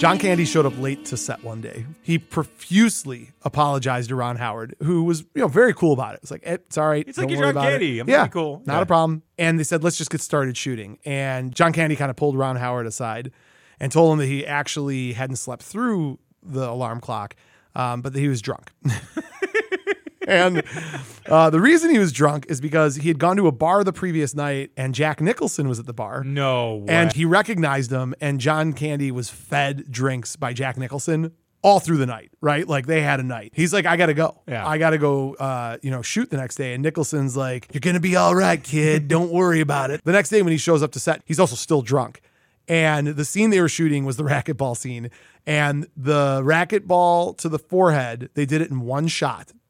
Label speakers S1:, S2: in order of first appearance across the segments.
S1: John Candy showed up late to set one day. He profusely apologized to Ron Howard, who was you know very cool about it. It's like, eh, it's all right.
S2: It's
S1: don't
S2: like you're
S1: worry
S2: John
S1: about it."
S2: Candy. I'm
S1: yeah,
S2: pretty cool.
S1: Not
S2: Yeah.
S1: a problem. And they said, let's just get started shooting. And John Candy kind of pulled Ron Howard aside and told him that he actually hadn't slept through the alarm clock, um, but that he was drunk. and uh, the reason he was drunk is because he had gone to a bar the previous night and Jack Nicholson was at the bar.
S2: No way.
S1: And he recognized him, and John Candy was fed drinks by Jack Nicholson all through the night, right? Like they had a night. He's like, I gotta go.
S2: Yeah.
S1: I gotta go, uh, you know, shoot the next day. And Nicholson's like, You're gonna be all right, kid. Don't worry about it. The next day, when he shows up to set, he's also still drunk. And the scene they were shooting was the racquetball scene. And the racquetball to the forehead, they did it in one shot.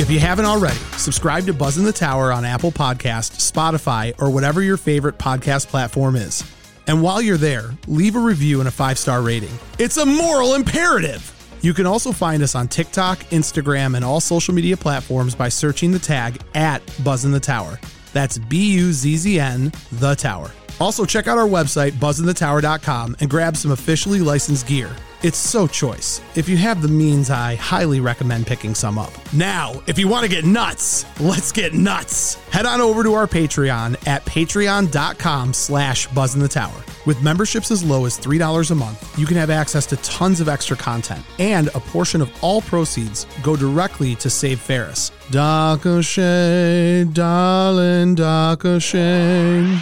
S1: If you haven't already, subscribe to Buzz in the Tower on Apple Podcast, Spotify, or whatever your favorite podcast platform is. And while you're there, leave a review and a five-star rating. It's a moral imperative. You can also find us on TikTok, Instagram, and all social media platforms by searching the tag at Buzz in the Tower. That's B-U-Z-Z-N, The Tower. Also, check out our website, buzzinthetower.com, and grab some officially licensed gear. It's so choice. If you have the means, I highly recommend picking some up. Now, if you want to get nuts, let's get nuts. Head on over to our Patreon at patreon.com slash buzzinthetower. With memberships as low as $3 a month, you can have access to tons of extra content, and a portion of all proceeds go directly to Save Ferris. Doc O'Shea, darling Doc O'Shea.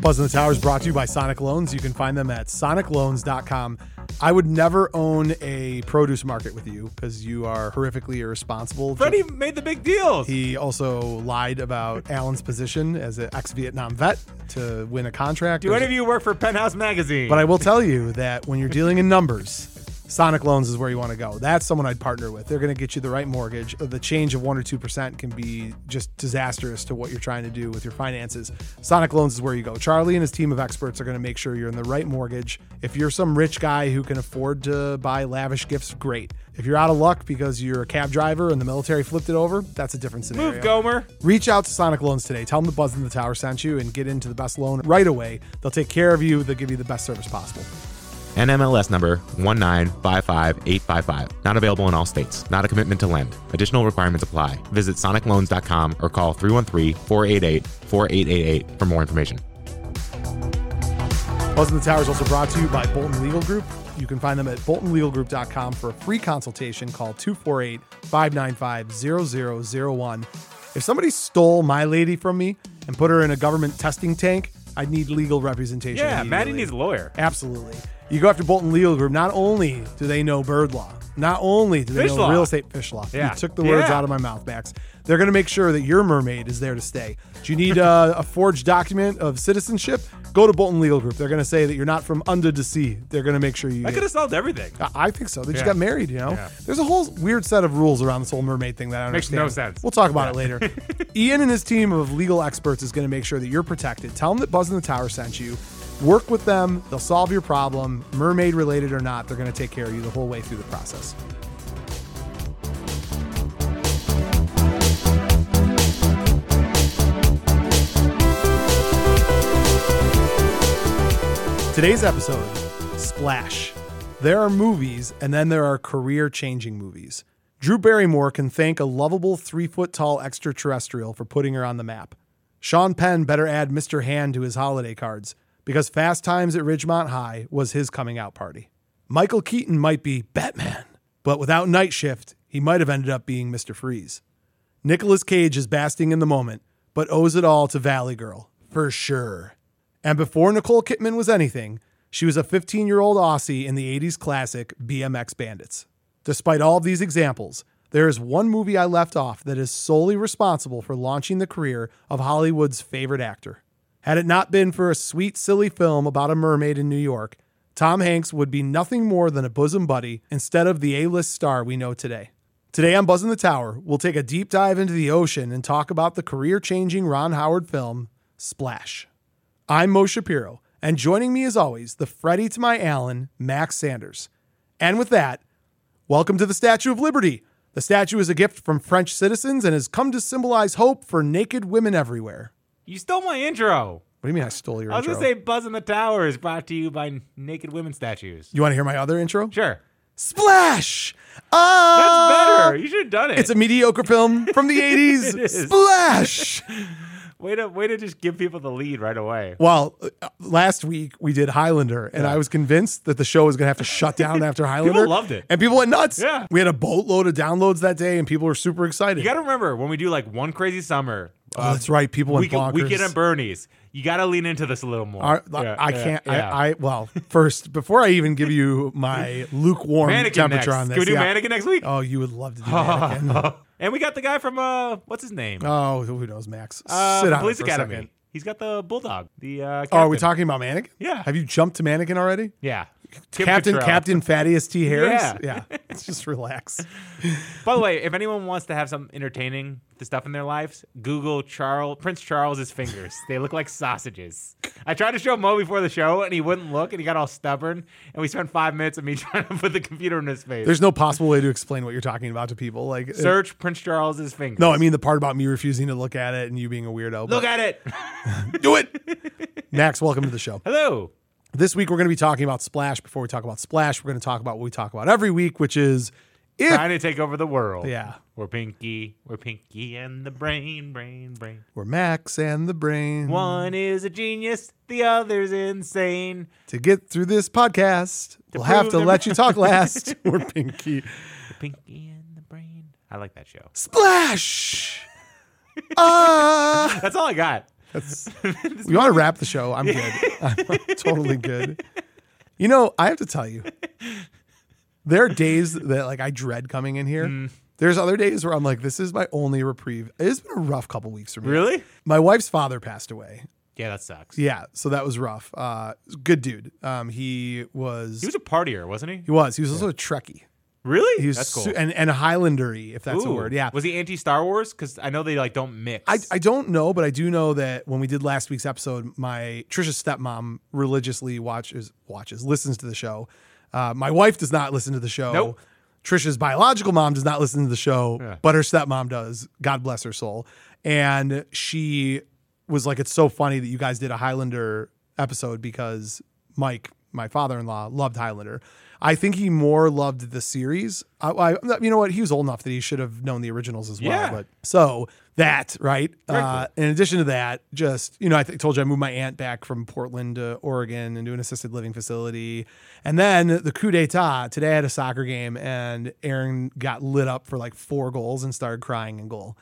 S1: Buzz in the Tower is brought to you by Sonic Loans. You can find them at sonicloans.com. I would never own a produce market with you because you are horrifically irresponsible.
S2: Freddie made the big deals.
S1: He also lied about Alan's position as an ex Vietnam vet to win a contract.
S2: Do any of you work for Penthouse Magazine?
S1: But I will tell you that when you're dealing in numbers, Sonic Loans is where you want to go. That's someone I'd partner with. They're going to get you the right mortgage. The change of 1 or 2% can be just disastrous to what you're trying to do with your finances. Sonic Loans is where you go. Charlie and his team of experts are going to make sure you're in the right mortgage. If you're some rich guy who can afford to buy lavish gifts, great. If you're out of luck because you're a cab driver and the military flipped it over, that's a different scenario.
S2: Move, Gomer.
S1: Reach out to Sonic Loans today. Tell them the Buzz in the Tower sent you and get into the best loan right away. They'll take care of you. They'll give you the best service possible.
S3: NMLS number 1955855. Not available in all states. Not a commitment to lend. Additional requirements apply. Visit sonicloans.com or call 313-488-4888 for more information.
S1: Buzz in the Tower is also brought to you by Bolton Legal Group. You can find them at boltonlegalgroup.com for a free consultation. Call 248 595 0001. If somebody stole my lady from me and put her in a government testing tank, I'd need legal representation.
S2: Yeah, Maddie
S1: immediately.
S2: needs a lawyer.
S1: Absolutely. You go after Bolton Legal Group, not only do they know bird law, not only do they
S2: Fish
S1: know
S2: law.
S1: real estate fish law.
S2: Yeah.
S1: You took the words
S2: Yeah.
S1: out of my mouth, Max. They're going to make sure that your mermaid is there to stay. Do you need uh, a forged document of citizenship? Go to Bolton Legal Group. They're going to say that you're not from under the sea. They're going to make sure you.
S2: I could have solved everything.
S1: I- I think so. They just
S2: Yeah.
S1: got married, you know?
S2: Yeah.
S1: There's a whole weird set of rules around this whole mermaid thing that I don't
S2: Makes no
S1: understand.
S2: sense.
S1: We'll talk about it later. Ian and his team of legal experts is going to make sure that you're protected. Tell them that Buzz in the Tower sent you. Work with them. They'll solve your problem, mermaid related or not. They're going to take care of you the whole way through the process. Today's episode Splash. There are movies, and then there are career changing movies. Drew Barrymore can thank a lovable three foot tall extraterrestrial for putting her on the map. Sean Penn better add Mr. Hand to his holiday cards because Fast Times at Ridgemont High was his coming out party. Michael Keaton might be Batman, but without Night Shift, he might have ended up being Mr. Freeze. Nicolas Cage is basting in the moment, but owes it all to Valley Girl, for sure. And before Nicole Kidman was anything, she was a 15 year old Aussie in the 80s classic BMX Bandits. Despite all of these examples, there is one movie I left off that is solely responsible for launching the career of Hollywood's favorite actor. Had it not been for a sweet, silly film about a mermaid in New York, Tom Hanks would be nothing more than a bosom buddy instead of the A list star we know today. Today on Buzzing the Tower, we'll take a deep dive into the ocean and talk about the career changing Ron Howard film, Splash. I'm Mo Shapiro, and joining me as always, the Freddy to my Allen, Max Sanders. And with that, welcome to the Statue of Liberty. The statue is a gift from French citizens and has come to symbolize hope for naked women everywhere.
S3: You stole my intro.
S1: What do you mean I stole your
S3: I was
S1: intro?
S3: gonna say Buzz in the Tower is brought to you by Naked Women Statues.
S1: you want to hear my other intro?
S3: Sure.
S1: Splash!
S3: That's
S1: Ah!
S3: better. You should have done it.
S1: It's a mediocre film from the 80s.
S3: is.
S1: Splash!
S3: way to way to just give people the lead right away.
S1: Well, uh, last week we did Highlander, and I was convinced that the show was going to have to shut down after Highlander.
S3: loved it.
S1: And people went nuts.
S3: Yeah.
S1: We had a boatload of downloads that day, and people were super excited.
S3: You got to remember when we do like one crazy summer. uh,
S1: oh, that's right. People went
S3: Weekend,
S1: bonkers.
S3: weekend at Bernie's. You got to lean into this a little more.
S1: Our- I,
S3: Yeah,
S1: I
S3: yeah,
S1: can't.
S3: yeah.
S1: I, I well, first before I even give you my lukewarm
S3: mannequin
S1: temperature
S3: next.
S1: on this,
S3: Can we do
S1: yeah.
S3: mannequin next week?
S1: Oh, you would love to do mannequin.
S3: and we got the guy from uh, what's his name?
S1: oh, who knows, Max?
S3: Uh,
S1: Sit
S3: from
S1: on it
S3: Police
S1: for a
S3: Academy.
S1: second.
S3: He's got the bulldog. The uh,
S1: Oh, are we
S3: captain.
S1: talking about mannequin?
S3: Yeah.
S1: Have you jumped to mannequin already?
S3: Yeah, Kim
S1: Captain
S3: Cattrall.
S1: Captain Thaddeus T. Harris.
S3: Yeah.
S1: Let's just relax.
S3: By the way, if anyone wants to have some entertaining stuff in their lives, Google Charles Prince Charles's fingers. they look like sausages. I tried to show Mo before the show, and he wouldn't look, and he got all stubborn. And we spent five minutes of me trying to put the computer in his face.
S1: There's no possible way to explain what you're talking about to people. Like, it-
S3: Search Prince Charles's fingers.
S1: no, I mean the part about me refusing to look at it and you being a weirdo.
S3: look at it.
S1: at do it, Max. Welcome to the show.
S3: Hello.
S1: This week we're going to be talking about Splash. Before we talk about Splash, we're going to talk about what we talk about every week, which is if
S3: Trying to take over the world.
S1: Yeah.
S3: We're Pinky. We're Pinky and the brain, brain, brain.
S1: we're Max and the Brain
S3: One is a genius, the other's insane.
S1: to get through this podcast. we'll have
S3: prove
S1: to
S3: them-
S1: let you talk last. we're Pinky.
S3: Pinky and the brain. I like that show.
S1: Splash. Ah.
S3: That's all I got.
S1: That's, you want to wrap the show? I'm good. I'm totally good. You know, I have to tell you, there are days that like I dread coming in here.
S3: Mm.
S1: There's other days where I'm like, this is my only reprieve. It's been a rough couple weeks for me.
S3: Really?
S1: My wife's father passed away.
S3: Yeah, that sucks.
S1: Yeah, so that was rough. Uh, good dude. Um, he was.
S3: He was a partier, wasn't he?
S1: He was. He was also a Trekkie.
S3: Really?
S1: He was
S3: That's cool.
S1: su- and and Highlandery, if that's a
S3: Ooh.
S1: word. Yeah.
S3: Was he anti Star Wars? Because I know they like don't mix.
S1: I, I don't know, but I do know that when we did last week's episode, my Trisha's stepmom religiously watches watches listens to the show. Uh, my wife does not listen to the show.
S3: Nope.
S1: Trisha's biological mom does not listen to the show,
S3: Yeah.
S1: but her stepmom does. God bless her soul. And she was like, "It's so funny that you guys did a Highlander episode because Mike, my father-in-law, loved Highlander. I think he more loved the series. I, I, you know what? He was old enough that he should have known the originals as well.
S3: Yeah.
S1: But so that right.
S3: Very
S1: Uh, in addition to that, just you know, I th- told you I moved my aunt back from Portland to Oregon into an assisted living facility, and then the coup d'état. Today I had a soccer game, and Aaron got lit up for like four goals and started crying in goal.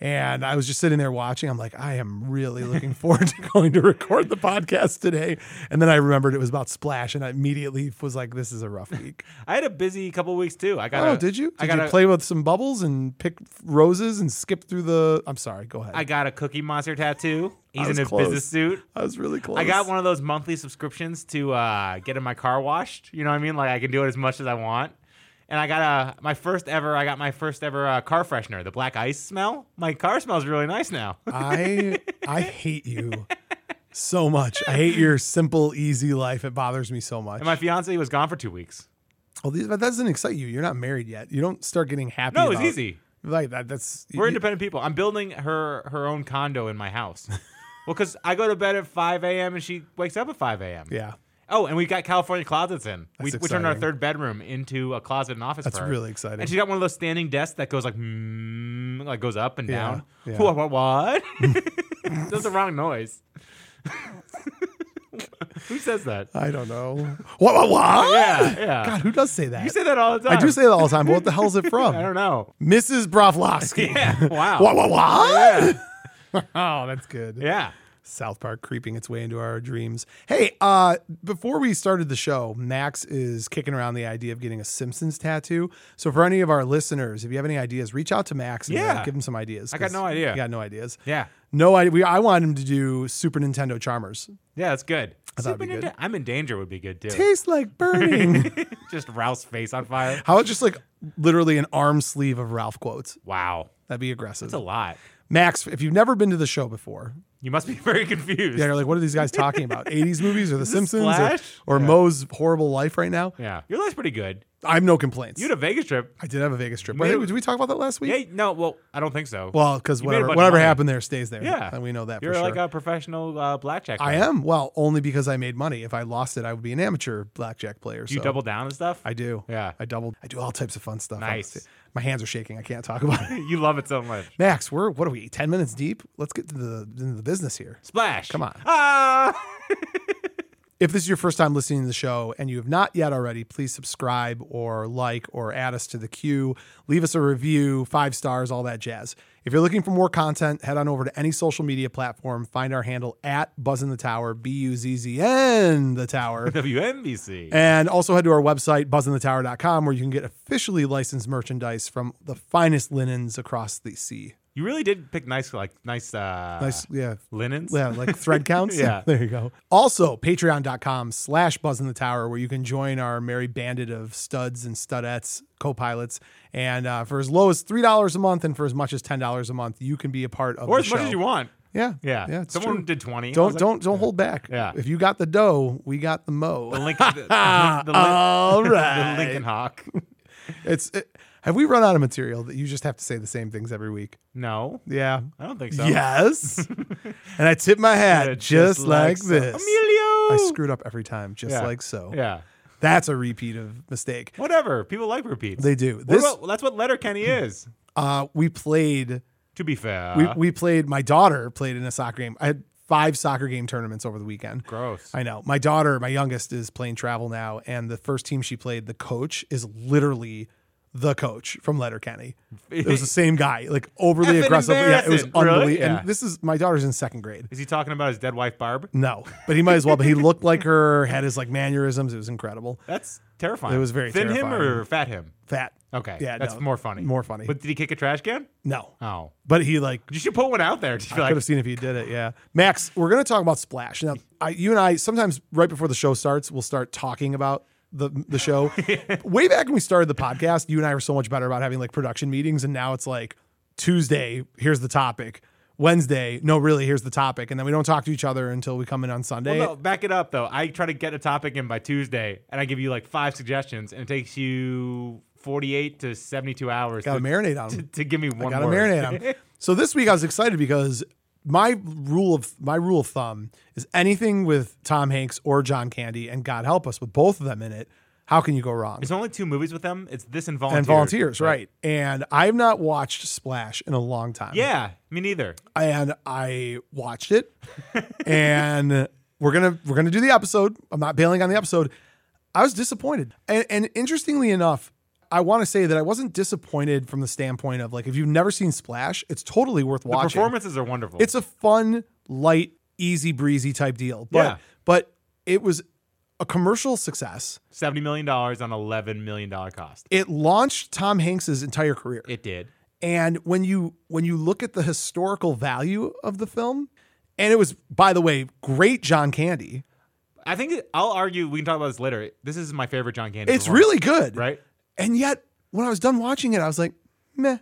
S1: And I was just sitting there watching. I'm like, I am really looking forward to going to record the podcast today. And then I remembered it was about Splash, and I immediately was like, this is a rough week.
S3: I had a busy couple weeks too. I got.
S1: Oh,
S3: a,
S1: did you? Did
S3: I got
S1: you
S3: a,
S1: play with some bubbles and pick roses and skip through the? I'm sorry. Go ahead.
S3: I
S1: I,
S3: got a Cookie Monster tattoo. He's
S1: I
S3: in
S1: was
S3: his
S1: close.
S3: business suit.
S1: was really close.
S3: I got one of those monthly subscriptions to uh, get in my car washed. You know what I mean? Like I can do it as much as I want. And I got a my first ever. I got my first ever uh, car freshener, the black ice smell. My car smells really nice now.
S1: I I hate you so much. I hate your simple, easy life. It bothers me so much.
S3: and my fiance was gone for two weeks.
S1: well, these, but that doesn't excite you. You're not married yet. You don't start getting happy.
S3: No, it was
S1: about-
S3: easy.
S1: Like that. That's
S3: We're
S1: you-
S3: independent people. I'm building her her own condo in my house. well, because I go to bed at 5 a.m. and she wakes up at 5 a.m.
S1: Yeah.
S3: Oh, and we've got California closets in. we,
S1: That's
S3: we turned our
S1: exciting.
S3: third bedroom into a closet and office.
S1: That's
S3: for her.
S1: really exciting.
S3: And she got one of those standing desks that goes like, mm, like goes up and
S1: Yeah,
S3: down.
S1: yeah.
S3: What? What? What? That's the wrong noise. Who says that?
S1: I don't know. What? What? what?
S3: Yeah, yeah.
S1: Uh, God, who does say that?
S3: You say that all the
S1: I
S3: time.
S1: do say that all the time. But what the hell is it from?
S3: I don't know.
S1: Mrs. Brovlovsky.
S3: Yeah. Wow.
S1: What? What? What?
S3: Yeah.
S1: Oh, that's good.
S3: Yeah.
S1: South Park creeping its way into our dreams. Hey, uh, before we started the show, Max is kicking around the idea of getting a Simpsons tattoo. So for any of our listeners, if you have any ideas, reach out to Max and uh,
S3: Yeah.
S1: give him some ideas.
S3: I got
S1: 'cause
S3: no idea.
S1: You got no ideas.
S3: Yeah.
S1: No idea. We, I want him to do Super Nintendo Charmers.
S3: Yeah, that's good.
S1: thought it'd be
S3: Super
S1: good.
S3: Nintendo- I'm in danger would be good too.
S1: Tastes like burning.
S3: Just Ralph's face on fire.
S1: How about just like literally an arm sleeve of Ralph quotes?
S3: Wow.
S1: That'd be aggressive.
S3: That's a lot.
S1: Max, if you've never been to the show before,
S3: You must be very confused.
S1: yeah, you're like, what are these guys talking about? 80s movies or The Simpsons or,
S3: Splash?
S1: or Moe's horrible life right now?
S3: Yeah. Your life's pretty good.
S1: I have no complaints.
S3: You had a Vegas trip.
S1: I did have a Vegas trip.
S3: Made
S1: Wait,
S3: it-
S1: did we talk about that last week?
S3: Yeah. No, well, I don't think so.
S1: Well, because
S3: made a
S1: whatever
S3: bunch of
S1: whatever
S3: money.
S1: happened there stays there.
S3: yeah.
S1: and we know that
S3: You're
S1: for
S3: like
S1: sure.
S3: a professional uh, blackjack.
S1: I
S3: player.
S1: am well only because I made money. If I lost it, I would be an amateur blackjack player.
S3: Do you
S1: so
S3: double down and stuff?
S1: I do.
S3: Yeah.
S1: I doubled. I do all types of fun stuff.
S3: Nice.
S1: honestly. My hands are shaking. I can't talk about it.
S3: you love it so much.
S1: Max, we're what are we? Ten minutes deep. Let's get to the into the business here.
S3: Splash.
S1: Come on.
S3: Ah.
S1: If this is your first time listening to the show and you have not yet already, please subscribe or like or add us to the queue. Leave us a review, five stars, all that jazz. If you're looking for more content, head on over to any social media platform. Find our handle at Buzz in the Tower, B U Z Z N the Tower.
S3: WNBC.
S1: And also head to our website, buzzinthetower.com, where you can get officially licensed merchandise from the finest linens across the sea.
S3: you really did pick nice, like nice, uh,
S1: Nice, yeah,
S3: linens.
S1: yeah, like thread counts.
S3: Yeah.
S1: There you go. Also, patreon.com slash buzz in the tower, where you can join our merry bandit of studs and studettes, co pilots. And uh, for as low as $3 a month and for as much as $10 a month, you can be a part of
S3: Or
S1: the
S3: as much
S1: show.
S3: as you want.
S1: Yeah.
S3: Yeah.
S1: Yeah. It's
S3: Someone
S1: true.
S3: did 20. I
S1: Don't,
S3: was like,
S1: don't, don't hold back.
S3: Yeah.
S1: If you got the dough, we got the
S3: The
S1: mo.
S3: link. The, the, link- the,
S1: All
S3: the
S1: right.
S3: Lincoln Hawk.
S1: It's, it, have we run out of material that you just have to say the same things every week?
S3: No,
S1: Yeah.
S3: I don't think so.
S1: Yes. and I tip my hat
S3: Yeah,
S1: just, like,
S3: so.
S1: this.
S3: Emilio.
S1: I screwed up every time, just
S3: Yeah.
S1: like so.
S3: Yeah.
S1: That's a repeat of mistake.
S3: Whatever. People like repeats.
S1: They do.
S3: What
S1: This
S3: about, that's what Letterkenny is.
S1: uh we played
S3: To be fair.
S1: we, we played my daughter played in a soccer game. I had five soccer game tournaments over the weekend.
S3: gross.
S1: I know. My daughter, my youngest, is playing travel now, and the first team she played, the coach is literally the coach from Letterkenny. It was the same guy, like overly
S3: Effing
S1: aggressive. Yeah, it was
S3: embarrassing.
S1: unbelievable.
S3: Really? Yeah.
S1: And this is my daughter's in second grade.
S3: Is he talking about his dead wife Barb?
S1: No, but he might as well. But he looked like her, had his like mannerisms. It was incredible.
S3: That's terrifying.
S1: It was very
S3: thin him
S1: terrifying.
S3: or fat him.
S1: Fat.
S3: Okay,
S1: Yeah,
S3: that's
S1: no,
S3: more funny.
S1: more funny.
S3: But did he kick a trash can?
S1: No,
S3: Oh,
S1: but he like
S3: you should put one out there. Just be
S1: I
S3: like,
S1: could have seen if he did it. Yeah, Max, we're gonna talk about Splash now. I, you and I sometimes right before the show starts, we'll start talking about the the show. Way back when we started the podcast, you and I were so much better about having like production meetings, and now it's like Tuesday, here's the topic. Wednesday, no, really, here's the topic, and then we don't talk to each other until we come in on Sunday.
S3: no, back it up though. I try to get a topic in by Tuesday, and I give you like five suggestions, and it takes you forty-eight to seventy-two hours
S1: Gotta
S3: to,
S1: marinate on. 'em.
S3: to give me one.
S1: Gotta
S3: word.
S1: marinate them. so this week I was excited because my rule of my rule of thumb is anything with Tom Hanks or John Candy, and God help us with both of them in it. How can you go wrong?
S3: There's only two movies with them. It's this and Volunteer.
S1: and volunteers, right? And I've not watched Splash in a long time.
S3: Yeah, me neither.
S1: and I watched it, and we're gonna we're gonna do the episode. I'm not bailing on the episode. I was disappointed, and, and interestingly enough, I want to say that I wasn't disappointed from the standpoint of like if you've never seen Splash, it's totally worth watching.
S3: Performances are wonderful.
S1: It's a fun, light, easy breezy type deal. But
S3: Yeah.
S1: but it was a commercial success.
S3: seventy million dollars on eleven million dollar cost.
S1: It launched Tom Hanks's entire career.
S3: It did.
S1: and when you when you look at the historical value of the film, and it was by the way, great John Candy.
S3: I think it- I'll argue. We can talk about this later. This is my favorite John Candy.
S1: It's
S3: performance,
S1: really good.
S3: Uh-huh. right.
S1: And yet when I was done watching it, I was like, meh.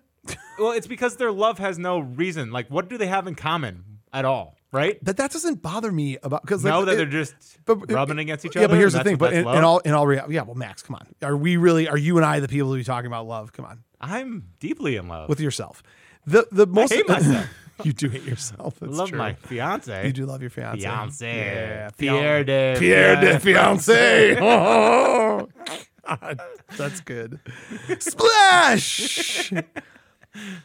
S3: Well, it's because their love has no reason. Like, what do they have in common at all? Right?
S1: But that doesn't bother me about because
S3: know
S1: like,
S3: that
S1: it-
S3: they're just
S1: but-
S3: rubbing against each
S1: yeah,
S3: other.
S1: but here's
S3: and
S1: the
S3: that's
S1: thing.
S3: what-
S1: But
S3: that's
S1: in, in
S3: love?
S1: all in all reality, yeah. Well, Max, come on. Are we really? Are you and I the people to be talking about love? Come on.
S3: I'm deeply in love.
S1: with yourself. The the most
S3: hate myself.
S1: you do hate yourself. That's
S3: Love
S1: true.
S3: my fiance.
S1: You do love your fiance.
S3: Fiance.
S1: Yeah.
S3: Pierre de.
S1: Pierre de fiance. Oh, God, that's good. Splash.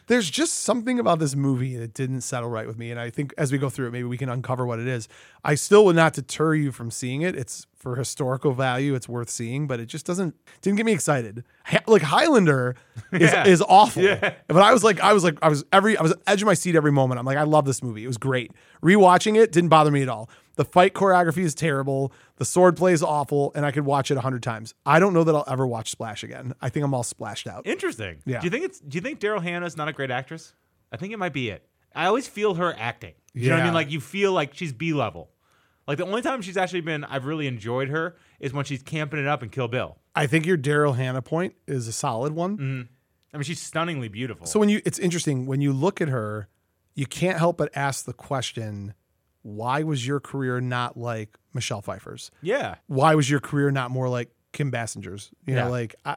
S1: There's just something about this movie that didn't settle right with me, and I think as we go through it, maybe we can uncover what it is. I still would not deter you from seeing it. It's for historical value; it's worth seeing, but it just doesn't didn't get me excited. Ha- like Highlander is,
S3: Yeah.
S1: is awful, but I was like, I was like, I was every I was at the edge of my seat every moment. I'm like, I love this movie. It was great. Rewatching it didn't bother me at all. The fight choreography is terrible. The sword play is awful, and I could watch it a hundred times. I don't know that I'll ever watch Splash again. I think I'm all splashed out.
S3: Interesting.
S1: Yeah.
S3: Do you think it's? Do you think Daryl Hannah's not a great actress? I think it might be it. I always feel her acting. You know what I
S1: Yeah.
S3: mean? Like you feel like she's B level. Like the only time she's actually been I've really enjoyed her is when she's camping it up in Kill Bill.
S1: I think your Daryl Hannah point is a solid one.
S3: Mm. I mean, she's stunningly beautiful.
S1: So when you, it's interesting when you look at her, you can't help but ask the question, why was your career not like Michelle Pfeiffer's?
S3: yeah,
S1: Why was your career not more like Kim Bassinger's? You know,
S3: Yeah.
S1: like I,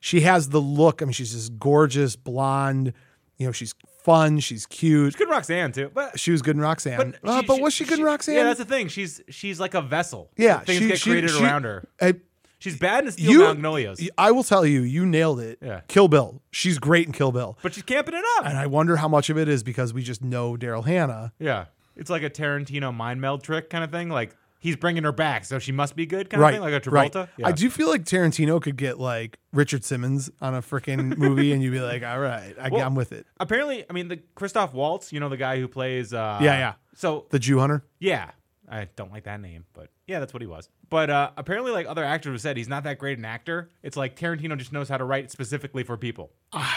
S1: she has the look. I mean, she's just gorgeous, blonde. You know, she's fun. She's cute.
S3: she's good Roxanne too. But
S1: She was good in Roxanne. Uh, But, was she good in Roxanne?
S3: Yeah, that's the thing. She's she's like a vessel.
S1: Yeah,
S3: things
S1: she-
S3: get
S1: she-
S3: created
S1: she-
S3: around her.
S1: I-
S3: She's bad in Steel
S1: you-
S3: Magnolias,
S1: I will tell you, you nailed it.
S3: Yeah.
S1: Kill Bill. She's great in Kill Bill.
S3: but she's camping it up.
S1: And I wonder how much of it is because we just know Daryl Hannah.
S3: Yeah. It's like a Tarantino mind meld trick kind of thing. Like he's bringing her back, so she must be good kind
S1: Right.
S3: of thing, like a
S1: right.
S3: Travolta. Yeah.
S1: I do feel like Tarantino could get like Richard Simmons on a freaking movie and you'd be like, all right, I,
S3: Well-
S1: I'm with it.
S3: Apparently, I mean the Christoph Waltz, you know the guy who plays. Uh,
S1: Yeah, yeah.
S3: So
S1: The Jew Hunter.
S3: yeah, I don't like that name, but yeah, that's what he was. But uh, apparently, like other actors have said, he's not that great an actor. It's like Tarantino just knows how to write specifically for people.
S1: I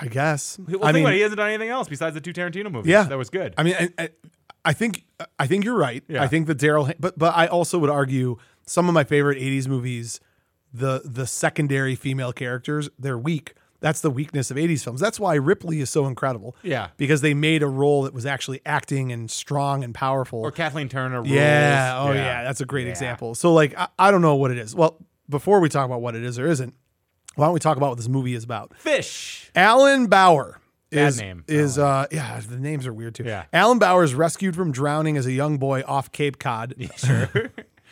S1: I guess.
S3: Well,
S1: I
S3: think
S1: mean,
S3: about it, he hasn't done anything else besides the two Tarantino movies.
S1: Yeah.
S3: that was good.
S1: I mean, I, I, I think I think you're right.
S3: Yeah.
S1: I think that Daryl, but but I also would argue some of my favorite '80s movies, the the secondary female characters, they're weak. That's the weakness of '80s films. That's why Ripley is so incredible.
S3: Yeah.
S1: because they made a role that was actually acting and strong and powerful.
S3: or Kathleen Turner. Rules.
S1: yeah. Oh yeah. that's a great example. So like, I, I don't know what it is. Well, before we talk about what it is or isn't, why don't we talk about what this movie is about?
S3: Fish.
S1: Alan Bauer is
S3: name,
S1: is uh yeah the names are weird too.
S3: Yeah.
S1: Alan Bauer is rescued from drowning as a young boy off Cape Cod. Sure.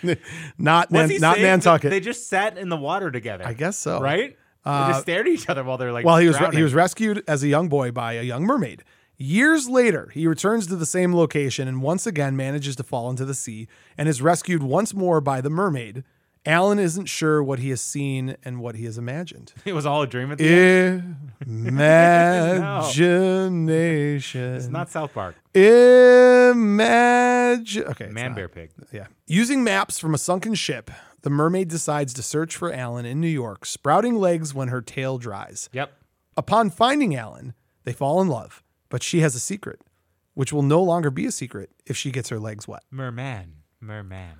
S1: not
S3: What's
S1: Nan-
S3: he
S1: not
S3: saying?
S1: Nantucket.
S3: They just sat in the water together.
S1: I guess so.
S3: Right? they just stared at each other while they're like.
S1: Well, he was
S3: drowning.
S1: he was rescued as a young boy by a young mermaid. Years later, he returns to the same location and once again manages to fall into the sea and is rescued once more by the mermaid. Alan isn't sure what he has seen and what he has imagined.
S3: It was all a dream at the end.
S1: Imagination.
S3: It's not South Park.
S1: Imagine. Okay. it's
S3: Man
S1: not.
S3: Bear Pig.
S1: Yeah. Using maps from a sunken ship, the mermaid decides to search for Alan in New York, sprouting legs when her tail dries.
S3: Yep.
S1: Upon finding Alan, they fall in love, but she has a secret, which will no longer be a secret if she gets her legs wet.
S3: Merman. Merman.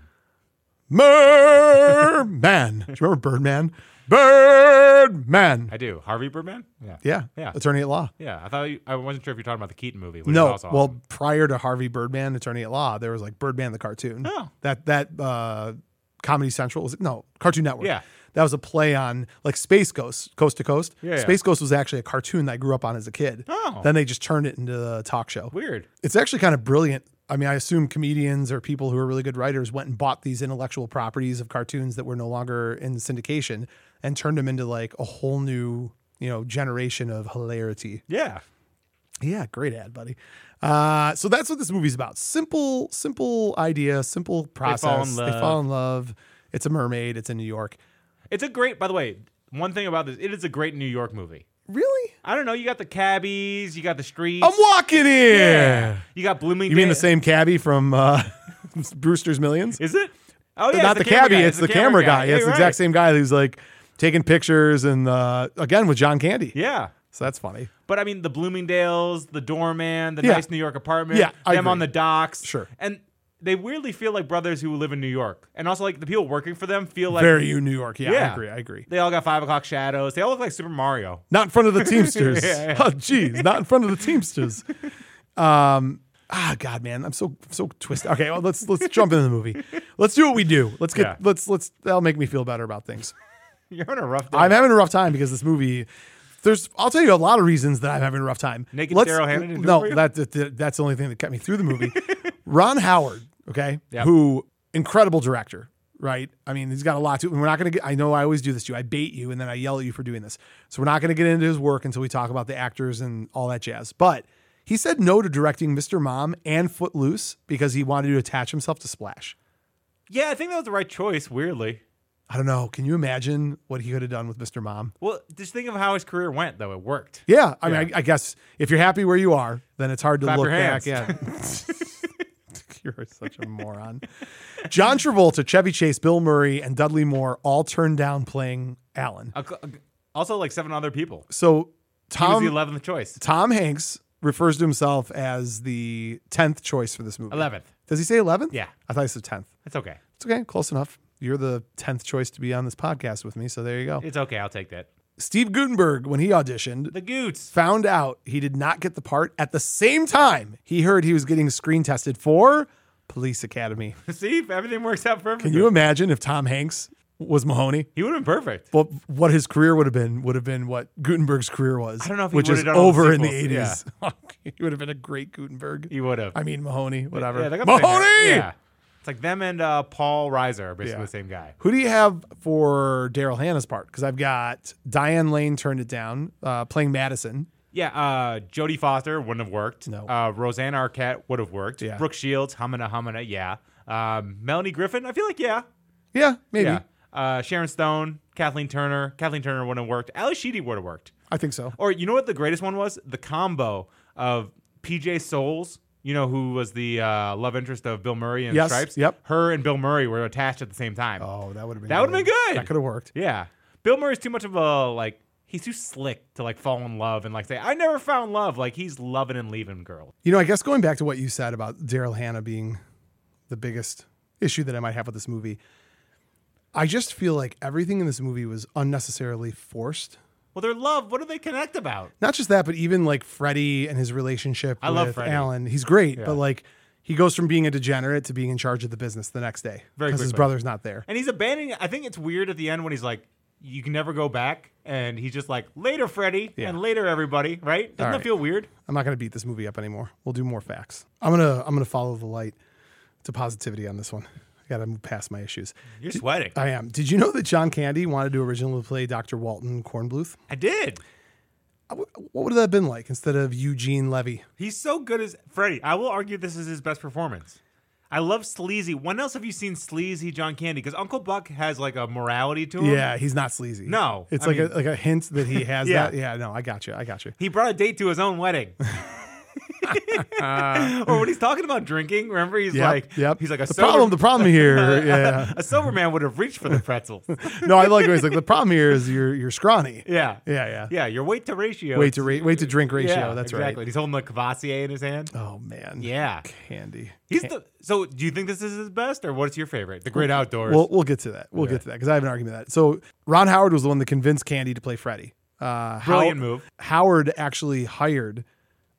S1: Merman. Do you remember Birdman? Birdman.
S3: I do. Harvey Birdman? Yeah.
S1: Yeah.
S3: Yeah.
S1: Attorney at law.
S3: Yeah. I thought you, I wasn't sure if you're talking about the Keaton movie. Which
S1: No,
S3: Is also
S1: well,
S3: awesome.
S1: prior to Harvey Birdman, Attorney at Law, there was like Birdman the cartoon.
S3: Oh.
S1: That that uh, Comedy Central was it? No, Cartoon Network.
S3: Yeah.
S1: that was a play on like Space Ghost, Coast to Coast.
S3: Yeah, yeah.
S1: Space Ghost was actually a cartoon that I grew up on as a kid.
S3: Oh.
S1: Then they just turned it into a talk show.
S3: Weird.
S1: It's actually kind of brilliant. I mean, I assume comedians or people who are really good writers went and bought these intellectual properties of cartoons that were no longer in syndication and turned them into like a whole new, you know, generation of hilarity.
S3: Yeah.
S1: Yeah, great ad, buddy. Uh, so that's what this movie's about. Simple, simple idea, simple process.
S3: fall in
S1: They
S3: love.
S1: fall in love. It's a mermaid. It's in New York.
S3: It's a great, by the way, one thing about this, it is a great New York movie.
S1: Really?
S3: I don't know. You got the cabbies, you got the streets.
S1: I'm walking here.
S3: You got Bloomington.
S1: Oh, You mean the same cabbie from uh, Brewster's Millions?
S3: Is it? Oh, yeah.
S1: Not the,
S3: it's camera
S1: cabbie.
S3: guy.
S1: It's the camera guy.
S3: Yeah,
S1: it's the
S3: you're
S1: exact
S3: right.
S1: same guy who's like taking pictures and uh, again with John Candy.
S3: Yeah.
S1: So that's funny.
S3: But I mean, the Bloomingdales, the doorman, the
S1: Yeah.
S3: nice New York apartment,
S1: Yeah, I
S3: them on
S1: agree.
S3: the docks.
S1: Sure.
S3: And they weirdly feel like brothers who live in New York. And also, like, the people working for them feel like
S1: Very you, New York. Yeah, I
S3: Yeah.
S1: agree. I agree.
S3: they all got five o'clock shadows. They all look like Super Mario.
S1: Not in front of the Teamsters.
S3: Yeah, yeah.
S1: Oh, geez, not in front of the Teamsters. Um, ah, God, man, I'm so so twisted. Okay, well, let's let's jump into the movie. Let's do what we do. Let's get
S3: Yeah.
S1: let's let's that'll make me feel better about things.
S3: You're having a rough day.
S1: I'm having a rough time because this movie There's, I'll tell you a lot of reasons that I'm having a rough time.
S3: Naked Daryl Hannah didn't do it
S1: no,
S3: for you?
S1: that, that- that's the only thing that got me through the movie. Ron Howard, okay,
S3: Yep.
S1: who incredible director, right? I mean, he's got a lot to. and We're not going to get. I know I always do this to you. I bait you and then I yell at you for doing this. So we're not going to get into his work until we talk about the actors and all that jazz. But he said no to directing Mr. Mom and Footloose because he wanted to attach himself to Splash.
S3: Yeah, I think that was the right choice. Weirdly,
S1: I don't know. Can you imagine what he could have done with Mr. Mom?
S3: well, just think of how his career went, though. It worked.
S1: Yeah, I mean, I, I guess if you're happy where you are, then it's hard to
S3: Clap
S1: look
S3: your
S1: back.
S3: hands.
S1: Yeah. You're such a moron. John Travolta, Chevy Chase, Bill Murray, and Dudley Moore all turned down playing Alan.
S3: Ac- ac- Also, like seven other people.
S1: So
S3: He was
S1: Tom
S3: the eleventh choice.
S1: Tom Hanks refers to himself as the tenth choice for this movie.
S3: Eleventh.
S1: Does he say eleventh?
S3: Yeah.
S1: I thought he said tenth.
S3: It's okay.
S1: It's okay, close enough. You're the tenth choice to be on this podcast with me, so there you go.
S3: It's okay. I'll take that.
S1: Steve Gutenberg, when he auditioned,
S3: The Goots.
S1: found out he did not get the part at the same time he heard he was getting screen tested for Police Academy.
S3: See, everything works out perfectly.
S1: Can you imagine if Tom Hanks was Mahoney?
S3: He would have been perfect.
S1: But what his career would have been would have been what Gutenberg's career was. I
S3: don't know if he
S1: which
S3: would
S1: is
S3: have done all the
S1: over in the
S3: sequels.
S1: eighties. he would have been a great Gutenberg.
S3: He would have.
S1: I mean Mahoney, whatever.
S3: Yeah, they're gonna play
S1: Mahoney.
S3: that. Yeah. It's like them and uh, Paul Reiser are basically
S1: Yeah.
S3: the same guy.
S1: Who do you have for Daryl Hannah's part? Because I've got Diane Lane turned it down, uh, playing Madison.
S3: Yeah, uh, Jodie Foster wouldn't have worked.
S1: No.
S3: Uh, Roseanne Arquette would have worked.
S1: Yeah.
S3: Brooke Shields, Humana Humana, yeah. Um, Melanie Griffin, I feel like, yeah.
S1: Yeah, maybe.
S3: Yeah. Uh, Sharon Stone, Kathleen Turner. Kathleen Turner wouldn't have worked. Ali Sheedy would have worked.
S1: I think so.
S3: Or you know what the greatest one was? The combo of PJ Souls, you know, who was the uh, love interest of Bill Murray in
S1: Yes,
S3: Stripes.
S1: yep.
S3: Her and Bill Murray were attached at the same time.
S1: Oh, that would have been
S3: That would've been good.
S1: That could have worked.
S3: Yeah. Bill Murray's too much of a like he's too slick to like fall in love and like say, I never found love. Like he's loving and leaving girls.
S1: You know, I guess going back to what you said about Daryl Hannah being the biggest issue that I might have with this movie, I just feel like everything in this movie was unnecessarily forced.
S3: Well, their love, what do they connect about?
S1: Not just that, but even like Freddie and his relationship
S3: I
S1: with
S3: love Freddie.
S1: Alan. He's great,
S3: Yeah.
S1: but like he goes from being a degenerate to being in charge of the business the next day
S3: Very
S1: because his
S3: quickly.
S1: brother's not there.
S3: And he's abandoning I think it's weird at the end when he's like, You can never go back and he's just like, Later, Freddie, and later everybody, right? Doesn't
S1: right.
S3: that feel weird?
S1: I'm not going to beat this movie up anymore. We'll do more facts. I'm going to I'm going to follow the light to positivity on this one. I got to move past my issues.
S3: You're sweating.
S1: I am. Did you know that John Candy wanted to originally play Dr. Walton Kornbluth?
S3: I did.
S1: What would that have been like instead of Eugene Levy?
S3: He's so good as Freddie. I will argue this is his best performance. I love Sleazy. When else have you seen Sleazy John Candy? Because Uncle Buck has like a morality to him.
S1: Yeah, he's not sleazy.
S3: No,
S1: it's
S3: I
S1: like a,
S3: mean-
S1: like a hint that he has
S3: Yeah.
S1: that. Yeah, no, I got you. I got you.
S3: He brought a date to his own wedding. or when he's talking about drinking, remember he's
S1: Yep,
S3: like,
S1: yep.
S3: he's like a
S1: the
S3: sober,
S1: problem. The problem here, yeah.
S3: a sober man would have reached for the pretzels.
S1: No, I like. He's like the problem here is you're you're scrawny.
S3: yeah,
S1: yeah, yeah.
S3: yeah. Your weight to ratio.
S1: Weight to rate, weight to drink ratio.
S3: yeah,
S1: that's
S3: exactly. He's holding the Cavassier in his hand.
S1: right. Oh man.
S3: Yeah,
S1: Candy.
S3: he's the. So, do you think this is his best, or what's your favorite? The Great Outdoors.
S1: We'll we'll get to that. We'll get to that because I have an argument with that. So Ron Howard was the one that convinced Candy to play Freddy. Uh, How-
S3: Brilliant move.
S1: Howard actually hired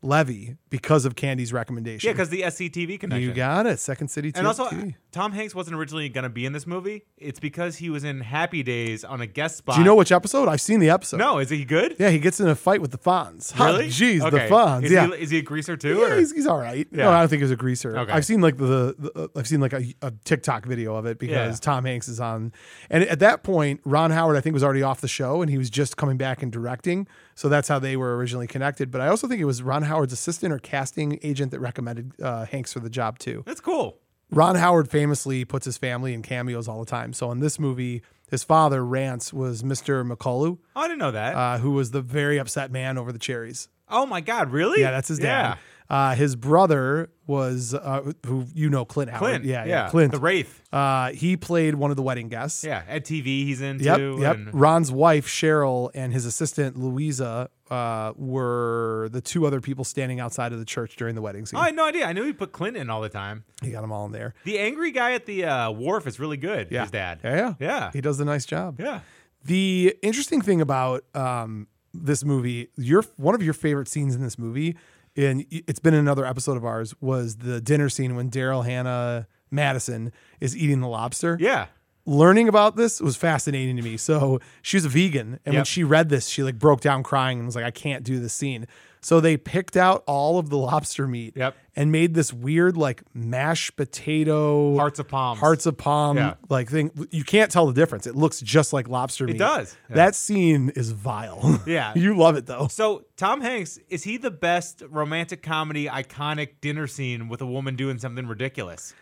S1: Levy because of Candy's recommendation.
S3: yeah, because the SCTV connection.
S1: You got it. Second City
S3: and also, uh,
S1: TFT.
S3: Tom Hanks wasn't originally going to be in this movie. It's because he was in Happy Days on a guest spot.
S1: Do you know which episode? I've seen the episode.
S3: No, is he good?
S1: Yeah, he gets in a fight with the Fonz. Ha,
S3: Really?
S1: Jeez,
S3: Okay.
S1: the Fonz.
S3: Is
S1: yeah.
S3: He, is he a greaser too?
S1: yeah,
S3: or-
S1: he's, he's all right. No,
S3: Yeah.
S1: I don't think he was a greaser.
S3: Okay.
S1: I've seen like the, the uh, I've seen like a, a TikTok video of it because
S3: Yeah.
S1: Tom Hanks is on, and at that point Ron Howard I think was already off the show and he was just coming back and directing, so that's how they were originally connected. But I also think it was Ron Howard's assistant or casting agent that recommended uh, Hanks for the job too.
S3: That's cool.
S1: Ron Howard famously puts his family in cameos all the time. So in this movie, his father Rance was Mr. McCullough,
S3: Oh, I didn't know that.
S1: uh, who was the very upset man over the cherries.
S3: oh my God, really?
S1: Yeah, that's his dad.
S3: Yeah.
S1: Uh, his brother was uh, who you know, Clint Howard.
S3: Clint.
S1: yeah,
S3: Yeah,
S1: yeah, Clint.
S3: The Wraith.
S1: uh, he played one of the wedding guests.
S3: Yeah, at TV he's in
S1: Yep,
S3: too.
S1: yep.
S3: and-
S1: Ron's wife Cheryl and his assistant Louisa uh, were the two other people standing outside of the church during the wedding scene.
S3: oh, I had no idea. I knew he put Clint in all the time.
S1: He got them all in there.
S3: The angry guy at the uh, wharf is really good.
S1: Yeah,
S3: His dad.
S1: Yeah, yeah,
S3: Yeah.
S1: He does a nice job.
S3: Yeah.
S1: The interesting thing about um, this movie, your one of your favorite scenes in this movie, and y- it's been in another episode of ours, was the dinner scene when Daryl Hannah Madison is eating the lobster.
S3: Yeah.
S1: learning about this was fascinating to me. So she was a vegan, and when
S3: Yep.
S1: she read this, she like broke down crying and was like, "I can't do this scene." So they picked out all of the lobster meat
S3: Yep.
S1: and made this weird like mashed potato
S3: Hearts of palms.
S1: hearts of palm
S3: Yeah.
S1: like thing. You can't tell the difference. It looks just like lobster meat.
S3: does. Yeah.
S1: That scene is vile.
S3: Yeah.
S1: you love it though.
S3: So Tom Hanks is he the best romantic comedy iconic dinner scene with a woman doing something ridiculous?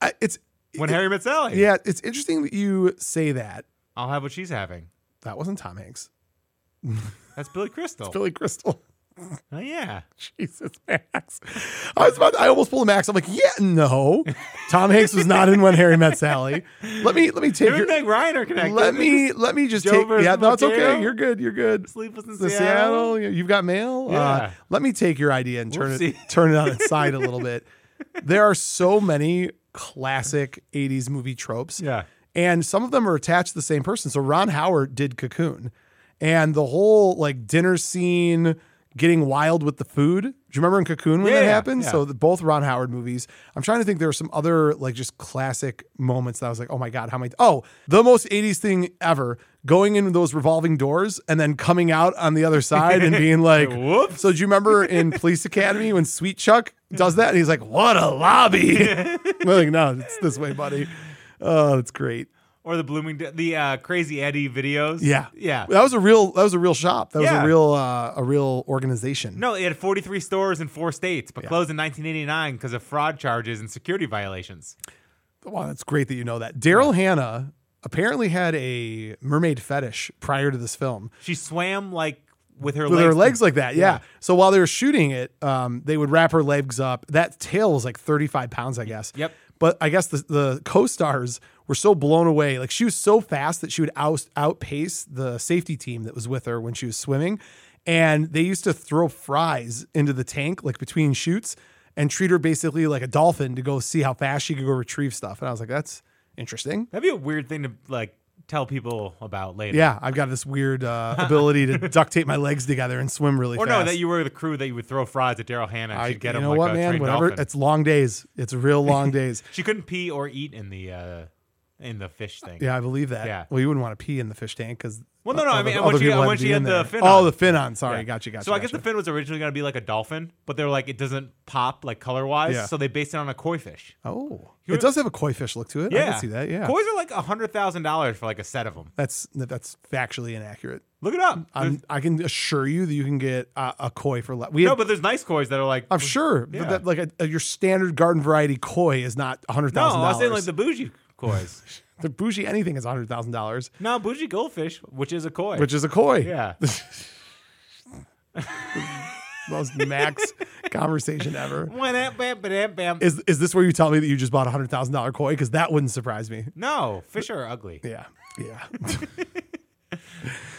S1: I, it's
S3: When Harry Met Sally.
S1: yeah, it's interesting that you say that.
S3: I'll have what she's having.
S1: That wasn't Tom Hanks.
S3: That's Billy Crystal.
S1: Billy Crystal.
S3: oh yeah.
S1: Jesus, Max. I was about to- I almost pulled a Max. I'm like, yeah, no. Tom Hanks was not in when Harry met Sally. Let me let me take
S3: Him
S1: your,
S3: and Meg Ryan are connected.
S1: let me let me just
S3: Joe
S1: take
S3: versus
S1: yeah no it's okay
S3: Mateo?
S1: you're good you're good
S3: Sleepless in
S1: the
S3: Seattle.
S1: Seattle yeah, you've got mail uh,
S3: Yeah.
S1: let me take your idea and turn it
S3: Whoopsie.
S1: turn it on its side a little bit there are so many classic 80s movie tropes
S3: Yeah.
S1: and some of them are attached to the same person. So Ron Howard did Cocoon, and the whole like dinner scene, getting wild with the food. Do you remember in Cocoon when
S3: Yeah,
S1: that
S3: yeah,
S1: happened?
S3: yeah.
S1: So the, both Ron Howard movies. I'm trying to think. There were some other like just classic moments that I was like, oh my god, how many? Oh, the most 80s thing ever. Going in those revolving doors and then coming out on the other side and being like,
S3: Whoops.
S1: So do you remember in Police Academy when Sweet Chuck does that and he's like, "What a lobby!" We're like, no, it's this way, buddy. Oh, it's great.
S3: Or the blooming the uh, Crazy Eddie videos.
S1: Yeah,
S3: Yeah.
S1: That was a real. That was a real shop. That was
S3: Yeah.
S1: a real. Uh, a real organization.
S3: No, it had 43 stores in four states, but closed in 1989 because of fraud charges and security violations.
S1: Wow, that's great that you know that. Daryl Hannah apparently had a mermaid fetish prior to this film.
S3: She swam like with her
S1: With
S3: legs.
S1: her legs like that, yeah. So while they were shooting it, um, they would wrap her legs up. That tail was like 35 pounds, I guess.
S3: Yep.
S1: But I guess the, the co-stars were so blown away. Like she was so fast that she would out, outpace the safety team that was with her when she was swimming. And they used to throw fries into the tank, like between shoots, and treat her basically like a dolphin to go see how fast she could go retrieve stuff. And I was like, that's interesting.
S3: That'd be a weird thing to like tell people about later.
S1: Yeah, I've got this weird uh, ability to duct tape my legs together and swim really
S3: Or
S1: fast.
S3: no, that you were the crew that you would throw fries at Daryl Hannah. And
S1: I
S3: she'd get
S1: you
S3: him
S1: know
S3: like
S1: what,
S3: a
S1: man.
S3: trained
S1: Whatever.
S3: dolphin.
S1: It's long days. It's real long days.
S3: she couldn't pee or eat in the uh, in the fish thing.
S1: Yeah, I believe that.
S3: Yeah.
S1: Well, you wouldn't want to pee in the fish tank because.
S3: Well, no, no, I mean, once you- once you had the fin
S1: Oh,
S3: on.
S1: the fin on. Sorry, gotcha, gotcha.
S3: So I guess the
S1: gotcha.
S3: fin was originally going to be like a dolphin, but they're like it doesn't pop like color wise,
S1: Yeah.
S3: so they based it on a koi fish.
S1: Oh,
S3: You-
S1: it does have a koi fish look to it. I
S3: Yeah,
S1: can see that. Yeah,
S3: koi's are like a hundred thousand dollars for like a set of them.
S1: that's that's factually inaccurate.
S3: Look it up.
S1: I'm, I can assure you that you can get uh, a koi for less. We
S3: no,
S1: have,
S3: but there's nice koi's that are like
S1: I'm sure
S3: Yeah.
S1: that like a, a- your standard garden variety koi is not hundred
S3: no.
S1: thousand
S3: I was saying
S1: dollars.
S3: like the bougie koi's.
S1: The bougie anything is hundred thousand dollars,
S3: no, bougie goldfish, which is a koi.
S1: which is a koi.
S3: yeah,
S1: most max conversation ever.
S3: Wham, bam, bam, bam.
S1: Is is this where you tell me that you just bought a hundred thousand dollar koi? Because that wouldn't surprise me.
S3: no, fish are ugly.
S1: Yeah, yeah.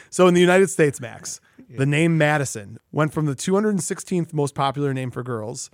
S1: so in the United States, Max, the name Madison went from the 216th most popular name for girls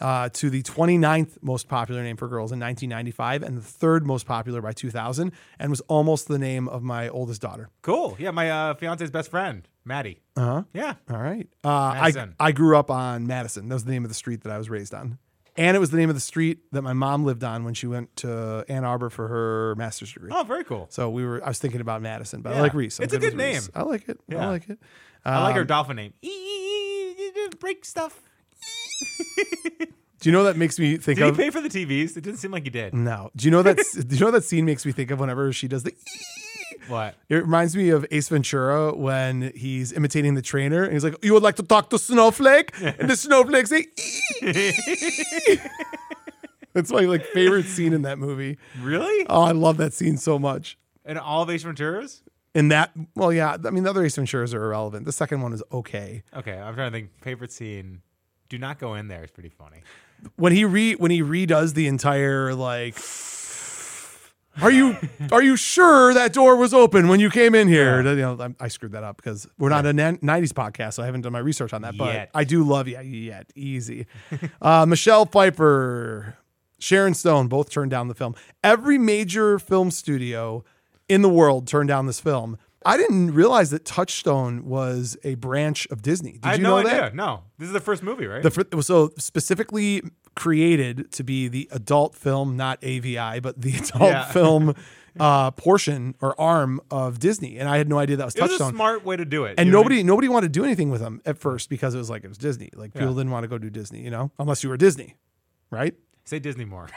S1: uh, to the 29th most popular name for girls in 1995, and the third most popular by 2000, and was almost the name of my oldest daughter.
S3: Cool. Yeah, my uh, fiance's best friend, Maddie. Uh
S1: Uh-huh.
S3: huh. Yeah.
S1: All right. Uh, I,
S3: Madison.
S1: I grew up on Madison. That was the name of the street that I was raised on. And it was the name of the street that my mom lived on when she went to Ann Arbor for her master's degree.
S3: Oh, very cool.
S1: So we were, I was thinking about Madison, but I
S3: Yeah.
S1: like Reese. I'm
S3: It's a
S1: good
S3: good
S1: with Reese.
S3: name.
S1: I like it. I
S3: Yeah.
S1: like it.
S3: I
S1: Um,
S3: like her dolphin name. Break stuff.
S1: Do you know that makes me think
S3: Did he
S1: of?
S3: pay for the TVs? It didn't seem like he did.
S1: No. Do you know that? do you know that scene makes me think of whenever she does the?
S3: What?
S1: It reminds me of Ace Ventura when he's imitating the trainer and he's like, "You would like to talk to Snowflake," and the Snowflake say. That's my like favorite scene in that movie.
S3: Really?
S1: Oh, I love that scene so much.
S3: And all of Ace Ventura's?
S1: And that, well, yeah, I mean, the other Ace Venturas are irrelevant. The second one is okay.
S3: Okay, I'm trying to think. Favorite scene. Do not go in there. It's pretty funny.
S1: when he re when he redoes the entire like are you are you sure that door was open when you came in here? You know, I'm- I, screwed that up because we're not a nan- '90s podcast, so I haven't done my research on that. But
S3: Yet.
S1: I do love yeah, yet easy. uh, Michelle Pfeiffer, Sharon Stone both turned down the film. Every major film studio in the world turned down this film. I didn't realize that Touchstone was a branch of Disney. Did
S3: I had
S1: you
S3: no
S1: know
S3: idea.
S1: that?
S3: No. This is the first movie, right?
S1: The fir- it was so specifically created to be the adult film, not AVI, but the adult
S3: Yeah.
S1: film uh, portion or arm of Disney, and I had no idea that was
S3: It was a
S1: Touchstone.
S3: smart way to do it.
S1: and
S3: you know what
S1: nobody
S3: I
S1: nobody wanted to do anything with them at first because it was like it was Disney. Like people didn't want to go do Disney, you know, unless you were Disney, right?
S3: mean? say Disney more.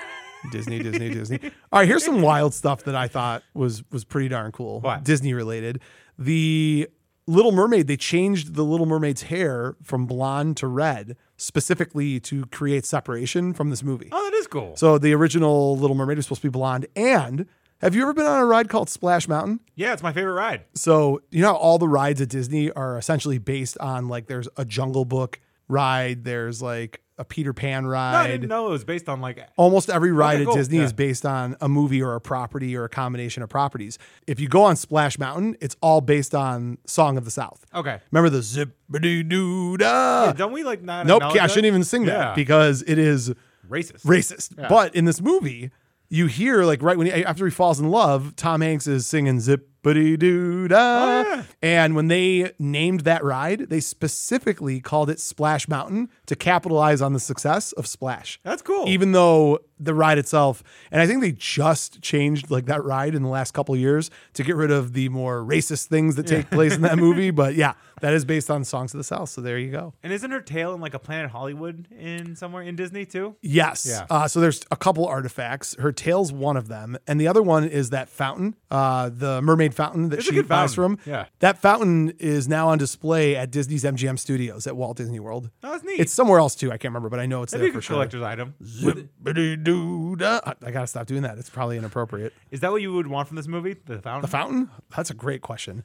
S1: Disney, Disney, Disney. All right, here's some wild stuff that I thought was was pretty darn cool.
S3: What?
S1: Disney related. The Little Mermaid, they changed the Little Mermaid's hair from blonde to red specifically to create separation from this movie.
S3: Oh, that is cool.
S1: So the original Little Mermaid was supposed to be blonde. And have you ever been on a ride called Splash Mountain?
S3: yeah, it's my favorite ride.
S1: So you know, how all the rides at Disney are essentially based on like there's a Jungle Book ride, there's like a Peter Pan ride
S3: No, I didn't know it was based on like.
S1: almost every ride at
S3: cool.
S1: Disney
S3: Yeah.
S1: is based on a movie or a property or a combination of properties. If you go on Splash Mountain, it's all based on Song of the South.
S3: Okay.
S1: Remember the zip doo doo da?
S3: Don't we like not?
S1: Nope,
S3: acknowledge
S1: I
S3: that?
S1: shouldn't even sing that
S3: Yeah.
S1: because it is
S3: Racist.
S1: racist. But in this movie, you hear like right when he, after he falls in love, Tom Hanks is singing zippity doo da.
S3: Oh, yeah.
S1: And when they named that ride, they specifically called it Splash Mountain to capitalize on the success of Splash.
S3: That's cool.
S1: Even though the ride itself, and I think they just changed like that ride in the last couple years to get rid of the more racist things that take place in that movie. But yeah, that is based on songs of the South. So there you go.
S3: and isn't her tail in like a Planet Hollywood in somewhere in Disney too?
S1: Yes.
S3: Yeah.
S1: Uh, so there's a couple artifacts. Her tail's one of them, and the other one is that fountain, uh, the mermaid fountain that
S3: It's a
S1: she
S3: good
S1: buys
S3: fountain.
S1: from.
S3: Yeah.
S1: That fountain is now on display at Disney's MGM Studios at Walt Disney World.
S3: Oh, that's neat.
S1: It's somewhere else too. I can't remember, but I know it's
S3: That'd be
S1: there
S3: a
S1: for
S3: good
S1: sure.
S3: collector's item.
S1: Zippity-doo-dah. I I gotta stop doing that. It's probably inappropriate.
S3: Is that what you would want from this movie? The fountain.
S1: The fountain? That's a great question.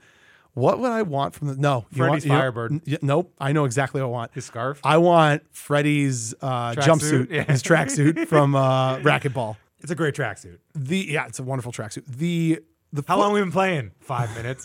S1: What would I want from the? No, you want-
S3: Freddy's
S1: you know-
S3: Firebird.
S1: n- y- nope, I know exactly what I want.
S3: His scarf.
S1: I want Freddy's uh,
S3: Tracksuit,
S1: jumpsuit,
S3: yeah.
S1: his tracksuit from uh, Racquetball.
S3: it's a great tracksuit.
S1: The yeah, it's a wonderful tracksuit. The the
S3: How
S1: fo-
S3: long have we been playing? Five minutes.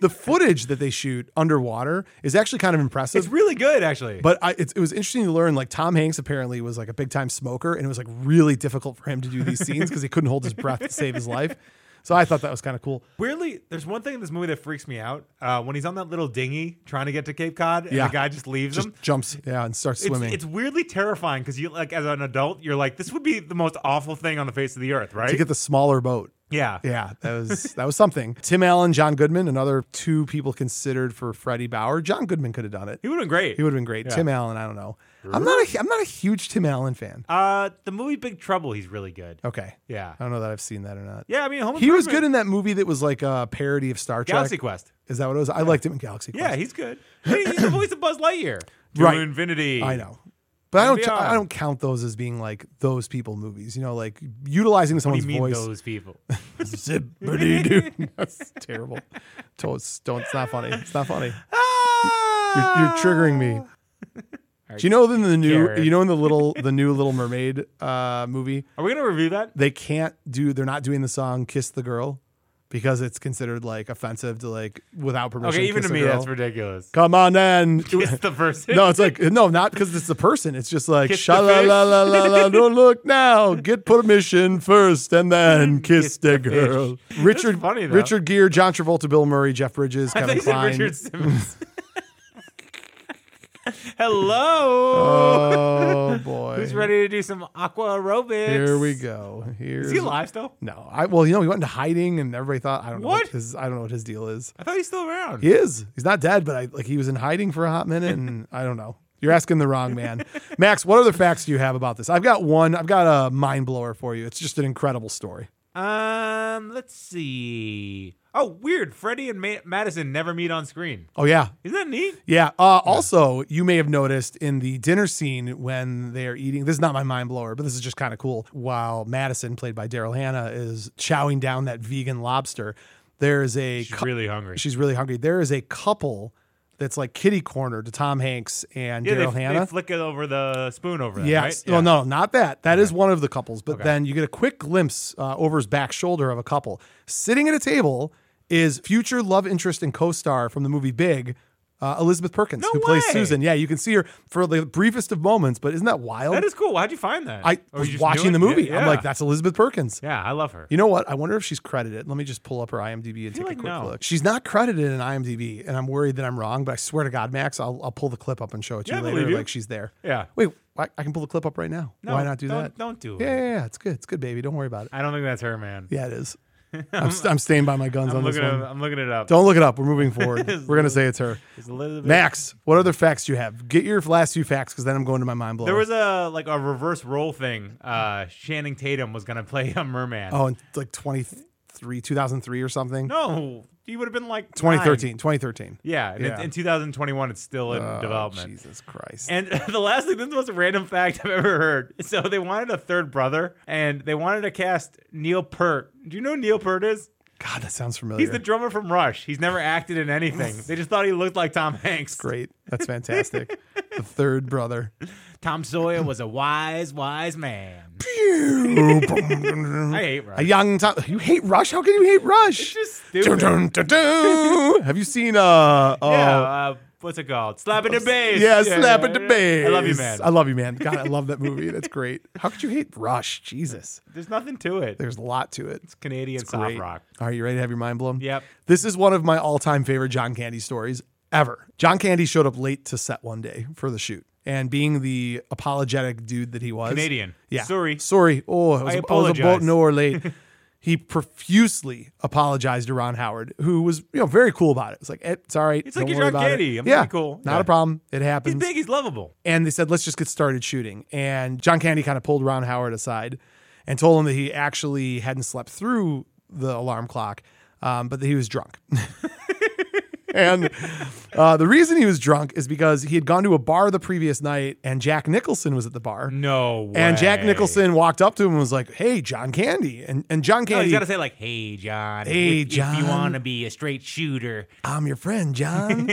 S1: the footage that they shoot underwater is actually kind of impressive.
S3: it's really good, actually.
S1: but I, it's it was interesting to learn. Like Tom Hanks apparently was like a big time smoker, and it was like really difficult for him to do these scenes because he couldn't hold his breath to save his life. So I thought that was kind of cool.
S3: Weirdly, there's one thing in this movie that freaks me out. Uh, when he's on that little dinghy trying to get to Cape Cod, and
S1: Yeah.
S3: the guy just leaves
S1: Just
S3: him.
S1: jumps yeah and starts
S3: It's,
S1: swimming.
S3: it's weirdly terrifying because you like as an adult, you're like, this would be the most awful thing on the face of the earth, right?
S1: to get the smaller boat.
S3: yeah.
S1: Yeah, that was that was something. Tim Allen, John Goodman, another two people considered for Freddie Bauer. John Goodman could have done it.
S3: he would have been great.
S1: He would have been great. Tim Allen, I don't know. I'm not a I'm not a huge Tim Allen fan.
S3: uh, the movie Big Trouble, he's really good.
S1: Okay.
S3: Yeah,
S1: I don't know that I've seen that or not.
S3: yeah. I mean, Home
S1: He was good
S3: Improvement-
S1: in that movie that was like a parody of Star Trek.
S3: Galaxy Quest.
S1: Is that what it was? I liked him in Galaxy Quest.
S3: Yeah, he's good. Hey, he's the voice of Buzz Lightyear. To
S1: Right.
S3: infinity.
S1: I know. But I don't
S3: Movie
S1: I
S3: on.
S1: don't count those as being like those people movies, you know, like utilizing
S3: What do
S1: someone's
S3: you mean
S1: voice.
S3: those people?
S1: Zippity-doo. That's terrible. Don't, don't it's not funny. It's not funny. You're, you're
S3: Ah!
S1: triggering me. Do you know in the new
S3: Garrett.
S1: you know in the little the new Little Mermaid uh, movie
S3: Are we gonna review that?
S1: they can't do they're not doing the song "Kiss the Girl" because it's considered like offensive to like without permission.
S3: Okay, even
S1: kiss a
S3: to me,
S1: girl.
S3: that's ridiculous.
S1: Come on then.
S3: Kiss the person.
S1: No, it's like no, not because it's the person. It's just like
S3: Kiss the
S1: sha la la la la la. Don't look now. Get permission first, and then kiss,
S3: Kiss
S1: the,
S3: the
S1: girl. Richard,
S3: funny, though.
S1: Richard Gere, John Travolta, Bill Murray, Jeff Bridges,
S3: I thought
S1: Kevin
S3: you said
S1: Kline.
S3: Richard Simmons. Hello.
S1: oh boy,
S3: Who's ready to do some aqua aerobics?
S1: Here we go. Here's
S3: Is he alive still?
S1: No, I well, you know, he went into hiding, and everybody thought I don't know what
S3: What?
S1: his I don't know what his deal is.
S3: I thought he's still around.
S1: He is. He's not dead, but I like he was in hiding for a hot minute, and I don't know. You're asking the wrong man, Max. What other facts do you have about this? I've got one. I've got a mind blower for you. It's just an incredible story.
S3: Um, let's see. Oh, weird. Freddie and Ma- Madison never meet on screen.
S1: Oh yeah,
S3: Isn't that neat?
S1: yeah. Uh, also, you may have noticed in the dinner scene when they are eating. This is not my mind blower, but this is just kind of cool. While Madison, played by Daryl Hannah, is chowing down that vegan lobster, there is a
S3: She's
S1: cou-
S3: really hungry.
S1: she's really hungry. There is a couple that's like kitty corner to Tom Hanks and
S3: yeah,
S1: Daryl
S3: they,
S1: Hannah.
S3: they flick it over the spoon over there.
S1: Yes.
S3: Right?
S1: Well,
S3: Yeah.
S1: no, not that. That is one of the couples. But then you get a quick glimpse uh, over his back shoulder of a couple sitting at a table. Is future love interest and co-star from the movie Big, uh, Elizabeth Perkins, who plays
S3: way.
S1: Susan. Yeah, you can see her for the briefest of moments. But isn't that wild?
S3: That is cool. How'd you find that?
S1: I
S3: Or you
S1: was
S3: just
S1: watching
S3: knew
S1: the
S3: it?
S1: movie.
S3: Yeah.
S1: I'm like, that's Elizabeth Perkins.
S3: Yeah, I love her.
S1: You know what? I wonder if she's credited. Let me just pull up her IMDb and take
S3: like
S1: a quick
S3: no.
S1: look. She's not credited in IMDb, and I'm worried that I'm wrong. But I swear to God, Max, I'll, I'll pull the clip up and show it to
S3: Yeah, I
S1: you later.
S3: believe you.
S1: Like she's there.
S3: Yeah.
S1: Wait, I, I can pull the clip up right now.
S3: No,
S1: Why not do
S3: don't-
S1: that?
S3: Don't do it.
S1: Yeah, yeah, yeah, it's good. It's good, baby. Don't worry about it.
S3: I don't think that's her, man.
S1: Yeah, it is. I'm, st- I'm staying by my guns
S3: I'm
S1: on this
S3: looking,
S1: one.
S3: it, I'm looking it up.
S1: Don't look it up. We're moving forward. We're gonna say it's her.
S3: It's a little bit-
S1: Max, what other facts do you have? Get your last few facts because then I'm going to my mind blower.
S3: There was a like a reverse role thing. Uh, Channing Tatum was gonna play a merman.
S1: oh, in like 23, 2003 or something.
S3: no, he would have been like nine.
S1: 2013, 2013.
S3: Yeah, and
S1: Yeah.
S3: In, in 2021, it's still in
S1: Oh,
S3: development.
S1: Jesus Christ.
S3: And the last thing, this is the most random fact I've ever heard. So they wanted a third brother, and they wanted to cast Neil Peart. Do you know who Neil Peart is?
S1: God, that sounds familiar.
S3: He's the drummer from Rush. He's never acted in anything. They just thought he looked like Tom Hanks.
S1: Great. That's fantastic. the third brother.
S3: Tom Sawyer was a wise, wise man.
S1: a
S3: I hate Rush.
S1: young Tom. You hate Rush? How can you hate Rush?
S3: It's just
S1: Dun,
S3: stupid.
S1: dun, dun, dun. Have you seen uh oh
S3: Yeah, uh, what's it called? Slapping the bass.
S1: Yeah, slap at the base.
S3: I love you, man.
S1: I love you, man. God, I love that movie. That's great. How could you hate Rush? Jesus.
S3: There's nothing to it.
S1: There's a lot to it. It's
S3: Canadian soft
S1: great.
S3: rock.
S1: Are you ready to have your mind blown?
S3: Yep.
S1: This is one of my all-time favorite John Candy stories ever. John Candy showed up late to set one day for the shoot. And being the apologetic dude that he was.
S3: Canadian.
S1: Yeah.
S3: Sorry.
S1: Sorry. Oh, I was,
S3: I
S1: I was about
S3: apologize.
S1: an hour late. he profusely apologized to Ron Howard, who was, you know, very cool about it. It's like, eh, it's all right.
S3: It's like
S1: Don't
S3: you're
S1: worry
S3: John
S1: about it.
S3: Candy. I'm
S1: yeah,
S3: pretty cool.
S1: Not
S3: Yeah.
S1: a problem. It
S3: He's
S1: happens
S3: big. He's lovable.
S1: and they said let's just get started shooting and john candy kind of pulled ron howard aside and told him that he actually hadn't slept through the alarm clock um, but that he was drunk and uh, the reason he was drunk is because he had gone to a bar the previous night and jack nicholson was at the bar
S3: No way.
S1: and jack nicholson walked up to him and was like hey john candy and, and john
S3: No,
S1: candy
S3: he's got to say like, "Hey, John.
S1: Hey,
S3: if, If
S1: John.
S3: you want to be a straight shooter,
S1: I'm your friend, John.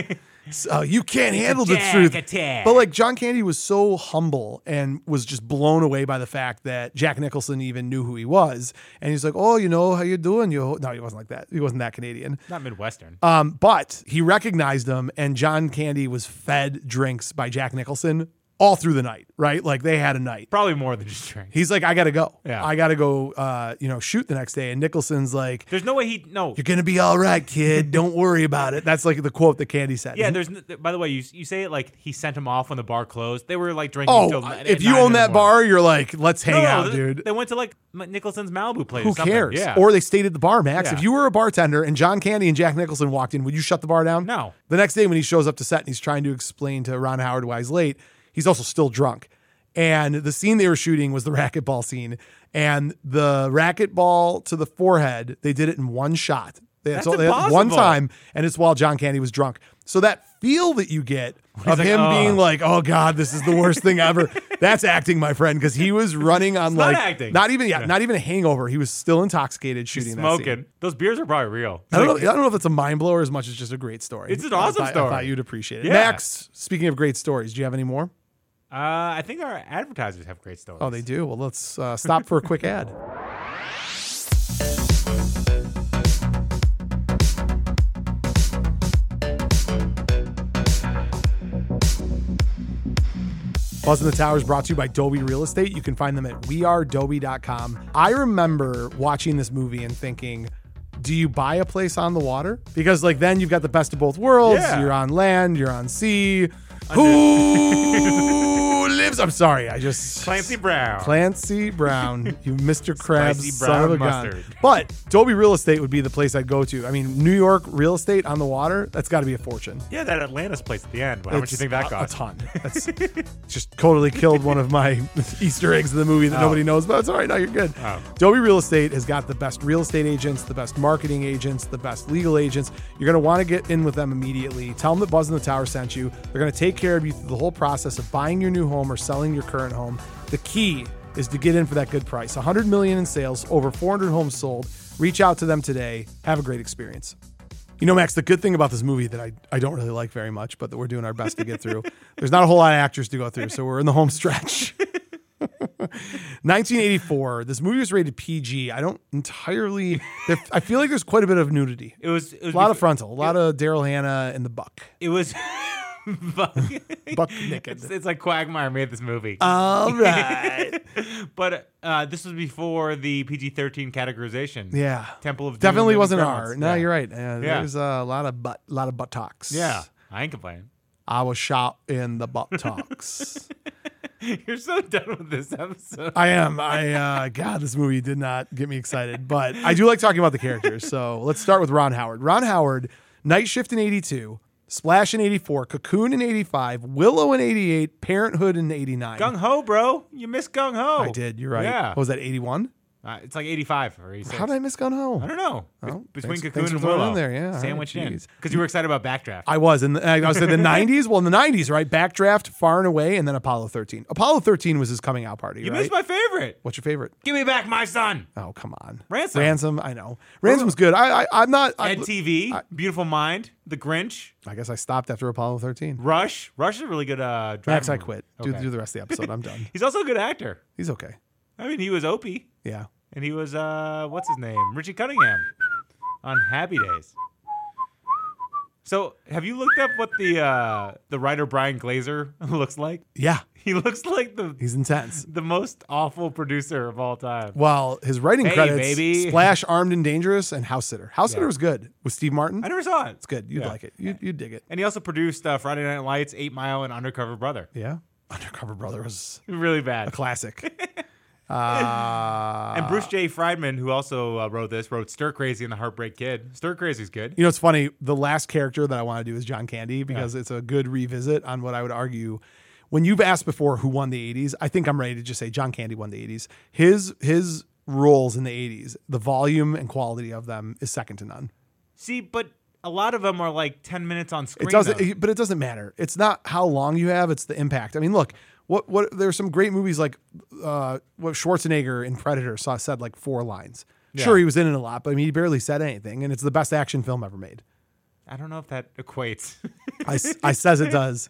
S1: so you can't handle the
S3: Jack
S1: truth.
S3: attack.
S1: But like John Candy was so humble and was just blown away by the fact that Jack Nicholson even knew who he was. And he's like, "Oh, you know how you doing? You no, he wasn't like that. He wasn't that Canadian.
S3: not Midwestern."
S1: Um, but he recognized him, and John Candy was fed drinks by Jack Nicholson all through the night. Right, like they had a night.
S3: Probably more than just drink.
S1: He's like, "I gotta go.
S3: Yeah.
S1: I gotta go. Uh, you know, shoot the next day." And Nicholson's like.
S3: There's no way he no.
S1: You're gonna be all right, kid. Don't worry about it. That's like the quote that Candy said.
S3: Yeah, there's. n- By the way, you you say it like he sent him off when the bar closed. They were like drinking.
S1: Oh,
S3: till n-
S1: if
S3: at
S1: you
S3: nine in
S1: own
S3: the
S1: that
S3: morning.
S1: bar, you're like, let's hang
S3: No, no,
S1: out,
S3: they-
S1: dude.
S3: They went to like M- Nicholson's Malibu place. or
S1: Who
S3: something.
S1: cares?
S3: Yeah.
S1: Or they stayed at the bar, Max.
S3: Yeah.
S1: If you were a bartender and John Candy and Jack Nicholson walked in, would you shut the bar down?
S3: No.
S1: The next day, when he shows up to set and he's trying to explain to Ron Howard why he's late, he's also still drunk. And the scene they were shooting was the racquetball scene. And the racquetball to the forehead, they did it in one shot. They-
S3: That's
S1: so they had one
S3: impossible.
S1: time, and it's while John Candy was drunk. So that feel that you get of
S3: like,
S1: him
S3: "Oh."
S1: being like, "Oh God, this is the worst thing ever," that's acting, my friend, because he was running on
S3: not
S1: like
S3: acting.
S1: not even yeah, not even a hangover. He was still intoxicated shooting That scene.
S3: smoking. Those beers are probably real.
S1: I don't, know, I don't know if it's a mind blower as much as just a great story.
S3: It's an
S1: I
S3: awesome
S1: thought- I
S3: story.
S1: thought you'd appreciate it.
S3: Yeah.
S1: Max, speaking of great stories, do you have any more?
S3: Uh, I think our advertisers have great stories.
S1: Oh, they do. Well, let's uh, stop for a quick ad. Buzz in the Tower is brought to you by Dolby Real Estate. You can find them at wearedoby.com. I remember watching this movie and thinking, do you buy a place on the water? Because like then you've got the best of both worlds.
S3: Yeah.
S1: You're on land, you're on sea. Who lives? I'm sorry, I just
S3: Clancy Brown.
S1: Clancy Brown, you Mr. Krabs,
S3: Spicy
S1: son
S3: brown
S1: of a gun.
S3: mustard.
S1: But Dolby Real Estate would be the place I'd go to. I mean, New York real estate on the water, that's got to be a fortune.
S3: yeah, that Atlantis place at the end. How much
S1: It's
S3: do you think that
S1: a-
S3: cost?
S1: A ton. That's just totally killed one of my Easter eggs of the movie that nobody knows about. It's all right. No, you're good.
S3: Oh.
S1: Dolby Real Estate has got the best real estate agents, the best marketing agents, the best legal agents. You're going to want to get in with them immediately. Tell them that Buzz in the Tower sent you. They're going to take care of you through the whole process of buying your new home or selling your current home. The key is to get in for that good price. 100 million in sales, over 400 homes sold. Reach out to them today. Have a great experience. You know, Max, the good thing about this movie that I, I don't really like very much, but that we're doing our best to get through, there's not a whole lot of actors to go through, so we're in the home stretch. 1984. This movie was rated PG. I don't entirely. there- I feel like there's quite a bit of nudity,
S3: It was. It was
S1: a lot of
S3: before-
S1: frontal, a lot of Daryl Hannah and the Buck,
S3: It was. Buck.
S1: Buck
S3: It's,
S1: naked.
S3: it's like Quagmire made this movie.
S1: All right.
S3: but uh, this was before the PG 13 categorization.
S1: Yeah.
S3: Temple of Doom
S1: Definitely
S3: and
S1: wasn't
S3: Gremlins.
S1: R. No,
S3: Yeah.
S1: you're right. Uh, There's a lot of butt, lot of buttocks.
S3: Yeah. I ain't complaining.
S1: I was shot in the buttocks.
S3: You're so done with this episode.
S1: I am. I uh, God, this movie did not get me excited, but I do like talking about the characters. So let's start with Ron Howard. Ron Howard, Night Shift in '82, Splash in '84, Cocoon in '85, Willow in '88, Parenthood in '89.
S3: Gung ho, bro. You missed gung ho.
S1: I did. You're right.
S3: Yeah.
S1: What was that? '81.
S3: Uh, it's like 85 or 86.
S1: How did I miss Gun Home?
S3: I don't know. Be- Between
S1: thanks-
S3: Cocoon
S1: thanks for
S3: and
S1: throwing it
S3: Willow.
S1: in there, yeah, Uh, all right,
S3: Sandwiched in.
S1: jeez.
S3: Because you were excited about Backdraft.
S1: I was, and I was in the '90s. Well, in the '90s, right? Backdraft, Far and Away, and then Apollo 13. Apollo 13 was his coming out party,
S3: you
S1: right?
S3: missed my favorite.
S1: What's your favorite?
S3: Give me back my son.
S1: Oh, come on,
S3: Ransom.
S1: Ransom, I know. Ransom's good. I, I I'm not. I,
S3: Ed TV, Beautiful Mind, The Grinch,
S1: I guess I stopped after Apollo 13.
S3: Rush. Rush is a really good uh, driver.
S1: Max, I quit. Do,
S3: Okay.
S1: do the rest of the episode. I'm done.
S3: He's also a good actor.
S1: He's okay.
S3: I mean, he was Opie,
S1: Yeah.
S3: and he was uh, what's his name, Richie Cunningham, on Happy Days. So, have you looked up what the uh, the writer Brian Glazer looks like?
S1: Yeah.
S3: He looks like the
S1: He's intense.
S3: the most awful producer of all time.
S1: Well, his writing
S3: Hey,
S1: credits
S3: baby.
S1: Splash, Armed and Dangerous, and House Sitter. House Sitter was good with Steve Martin.
S3: I never saw it.
S1: It's good. You'd like it. You'd, you'd dig it.
S3: And he also produced uh, Friday Night Lights, Eight Mile, and Undercover Brother.
S1: Yeah. Undercover Brother was
S3: Really bad.
S1: a classic. uh,
S3: And Bruce J. Friedman, who also uh, wrote this, wrote Stir Crazy and the Heartbreak Kid. Stir Crazy's good.
S1: you know, it's funny. The last character that I want to do is John Candy because it's a good revisit on what I would argue. When you've asked before who won the 80s, I think I'm ready to just say John Candy won the 80s. His his roles in the 80s, the volume and quality of them is second to none.
S3: See, but a lot of them are like 10 minutes on screen.
S1: It doesn't,
S3: though.
S1: it- but it doesn't matter. It's not how long you have; it's the impact. I mean, look, what what there's some great movies like uh, what Schwarzenegger in Predator saw said like four lines. Sure, he was in it a lot, but I mean, he barely said anything, and it's the best action film ever made.
S3: I don't know if that equates.
S1: I, s- I says it does,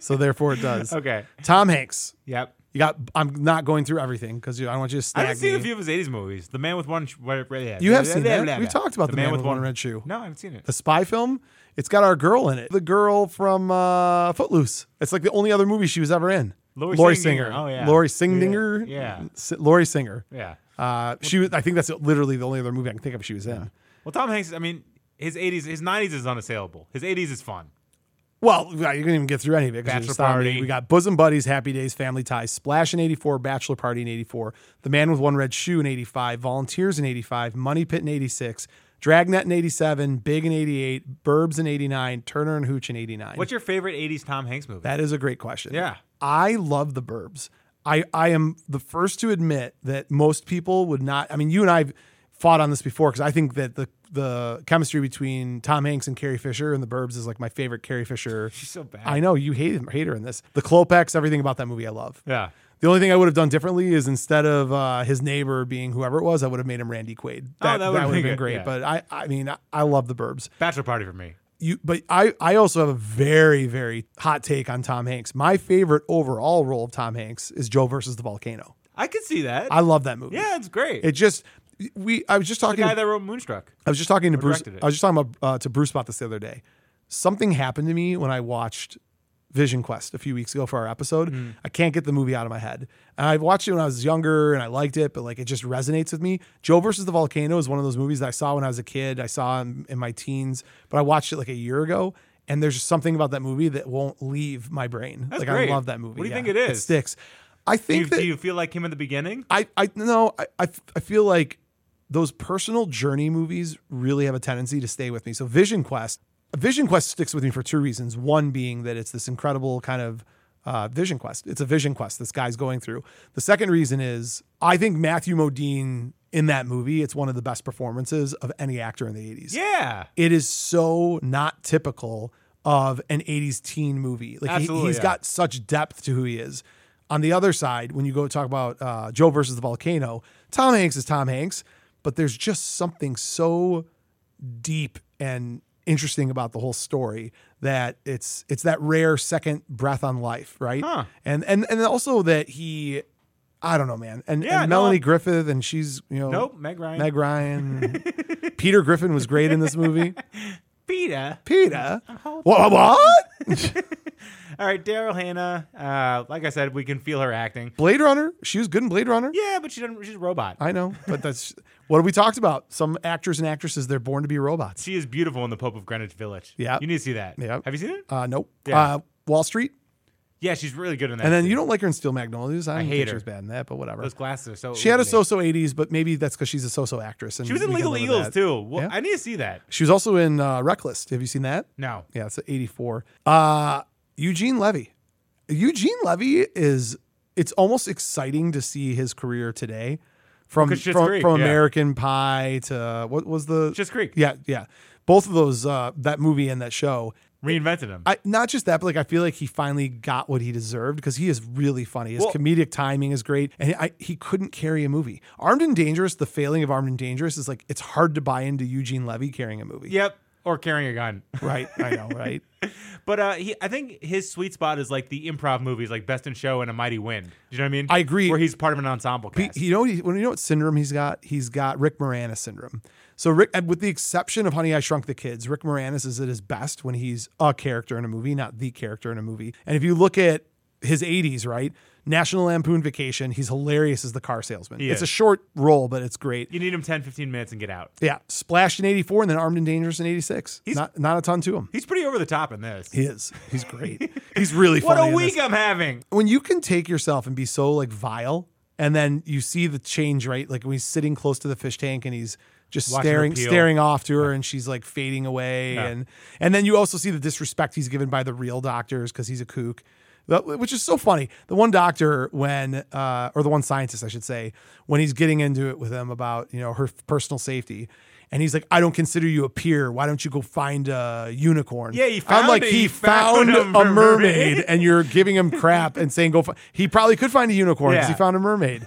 S1: so therefore it does.
S3: okay.
S1: Tom Hanks,
S3: Yep.
S1: you got. I'm not going through everything because I don't want you to
S3: I
S1: snag
S3: haven't seen a
S1: me.
S3: few of his 80s movies. The Man with One Sh- Red Shoe.
S1: You have seen that. We've talked about The Man with One Red Shoe.
S3: No, I haven't seen it.
S1: the spy film. It's got our girl in it, the girl from uh, Footloose. It's like the only other movie she was ever in.
S3: Lori Singer. Oh, yeah.
S1: Lori Singinger.
S3: Yeah. Yeah.
S1: S- Lori Singer.
S3: Yeah.
S1: Uh, she was. I think that's literally the only other movie I can think of she was in.
S3: Well, Tom Hanks, I mean, his 80s, his 90s is unassailable. His 80s is fun.
S1: Well, you couldn't even get through any of it. 'cause there's
S3: Bachelor
S1: so many.
S3: Party.
S1: We got Bosom Buddies, Happy Days, Family Ties, Splash in 84, Bachelor Party in 84, The Man with One Red Shoe in 85, Volunteers in 85, Money Pit in 86, Dragnet in 87, Big in 88, Burbs in 89, Turner and Hooch in 89.
S3: What's your favorite 80s Tom Hanks movie?
S1: That is a great question.
S3: Yeah.
S1: I love the burbs. I, I am the first to admit that most people would not. I mean, you and I've fought on this before because I think that the the chemistry between Tom Hanks and Carrie Fisher and the Burbs is like my favorite Carrie Fisher. She's
S3: so bad.
S1: I know you hate him, hate her in this. The Klopex, everything about that movie, I love.
S3: yeah.
S1: The only thing I would have done differently is instead of uh, his neighbor being whoever it was, I would have made him Randy Quaid.
S3: Oh, that would have been
S1: been
S3: good,
S1: great.
S3: yeah.
S1: But I I mean I, I love the Burbs
S3: Bachelor Party for me.
S1: you but I I also have a very very hot take on Tom Hanks. My favorite overall role of Tom Hanks is Joe versus the volcano.
S3: I could see that.
S1: I love that movie.
S3: yeah, it's great.
S1: It just we I was just
S3: the
S1: talking
S3: guy that wrote Moonstruck.
S1: I was just talking to Bruce
S3: directed it.
S1: I was just talking about uh, to Bruce about this the other day. Something happened to me when I watched Vision Quest a few weeks ago for our episode.
S3: Hmm.
S1: I can't get the movie out of my head. And I watched it when I was younger and I liked it, but like it just resonates with me. Joe versus the Volcano is one of those movies that I saw when I was a kid. I saw in, in my teens, but I watched it like a year ago. And there's just something about that movie that won't leave my brain. like
S3: great.
S1: I love that movie.
S3: What do you
S1: Yeah,
S3: think it is?
S1: It sticks. I
S3: Do
S1: think
S3: you,
S1: that,
S3: do you feel like him in the beginning?
S1: I I no I, I f- I feel like those personal journey movies really have a tendency to stay with me. So Vision Quest, Vision Quest sticks with me for two reasons. One being that it's this incredible kind of uh, vision quest. It's a vision quest this guy's going through. The second reason is I think Matthew Modine in that movie, it's one of the best performances of any actor in the 80s.
S3: Yeah.
S1: It is so not typical of an 80s teen movie. Like he,
S3: Absolutely,
S1: has
S3: yeah.
S1: got such depth to who he is. On the other side, when you go talk about uh, Joe versus the volcano, Tom Hanks is Tom Hanks, but there's just something so deep and interesting about the whole story that it's it's that rare second breath on life, right?
S3: Huh.
S1: And and and also that he, I don't know, man. And,
S3: Yeah,
S1: and
S3: no.
S1: Melanie Griffith, and she's you know
S3: Nope, Meg Ryan.
S1: Meg Ryan. Peter Griffin was great in this movie.
S3: Peter.
S1: Peter. What? what?
S3: All right, Daryl Hannah. Uh, like I said, we can feel her acting.
S1: Blade Runner. She was good in Blade Runner.
S3: Yeah, but she doesn't. She's a robot.
S1: I know, but that's what we talked about. Some actors and actresses, they're born to be robots.
S3: She is beautiful in the Pope of Greenwich Village.
S1: Yeah.
S3: you need to see that.
S1: Yeah.
S3: have you seen it?
S1: Uh, nope.
S3: Yeah.
S1: Uh, Wall Street.
S3: Yeah, she's really good in that.
S1: And then
S3: too.
S1: you don't like her in Steel Magnolias. I, don't
S3: hate
S1: think she
S3: her.
S1: was bad in that, but whatever.
S3: those glasses are so.
S1: She had a
S3: illuminating.
S1: so-so 80s, but maybe that's because she's a so-so actress. And
S3: She was in
S1: we can
S3: Legal
S1: live with
S3: Eagles
S1: that.
S3: too. Well,
S1: Yeah.
S3: I need to see that.
S1: She was also in uh, Reckless. Have you seen that?
S3: No,
S1: Yeah, it's 84. Uh, Eugene Levy. Eugene Levy is, it's almost exciting to see his career today. From,
S3: Because Schitt's
S1: from,
S3: Creek,
S1: from
S3: yeah.
S1: American Pie to what was the
S3: Schitt's Creek.
S1: Yeah, yeah. Both of those, uh, that movie and that show.
S3: reinvented him.
S1: I, not just that, but like I feel like he finally got what he deserved because he is really funny. His
S3: Well-
S1: comedic timing is great, and I, he couldn't carry a movie. Armed and Dangerous, the failing of Armed and Dangerous is like it's hard to buy into Eugene Levy carrying a movie.
S3: yep, or carrying a gun.
S1: Right. I know. Right.
S3: But uh, he, I think his sweet spot is like the improv movies, like Best in Show and A Mighty Wind. Do you know what I mean?
S1: I agree.
S3: Where he's part of an ensemble
S1: He-
S3: cast.
S1: you know, he, when you know what syndrome he's got, he's got Rick Moranis syndrome. So Rick, and with the exception of Honey I Shrunk the Kids, Rick Moranis is at his best when he's a character in a movie, not the character in a movie. And if you look at his 80s, right, National Lampoon Vacation, he's hilarious as the car salesman.
S3: He
S1: it's a
S3: is.
S1: short role, but it's great.
S3: you need him 10, 15 minutes and get out.
S1: Yeah, Splashed in 84 and then Armed and Dangerous in 86. not not a ton to him.
S3: He's pretty over the top in this.
S1: He is. He's great. he's really
S3: what
S1: funny.
S3: a
S1: in this.
S3: week I'm having.
S1: when you can take yourself and be so like vile and then you see the change right like when he's sitting close to the fish tank and he's just
S3: Watching her
S1: staring
S3: peel.
S1: staring off to her and she's like fading away and and then you also see the disrespect he's given by the real doctors because he's a kook That- which is so funny the one doctor when uh, or the one scientist i should say when he's getting into it with him about you know her personal safety and he's like, I don't consider you a peer. Why don't you go find a unicorn?
S3: Yeah, he
S1: I'm
S3: found
S1: like,
S3: it.
S1: he,
S3: He
S1: found,
S3: found
S1: a
S3: a
S1: mermaid.
S3: mermaid.
S1: and you're giving him crap and saying go. Fi-. He probably could find a unicorn because
S3: Yeah.
S1: he found a mermaid.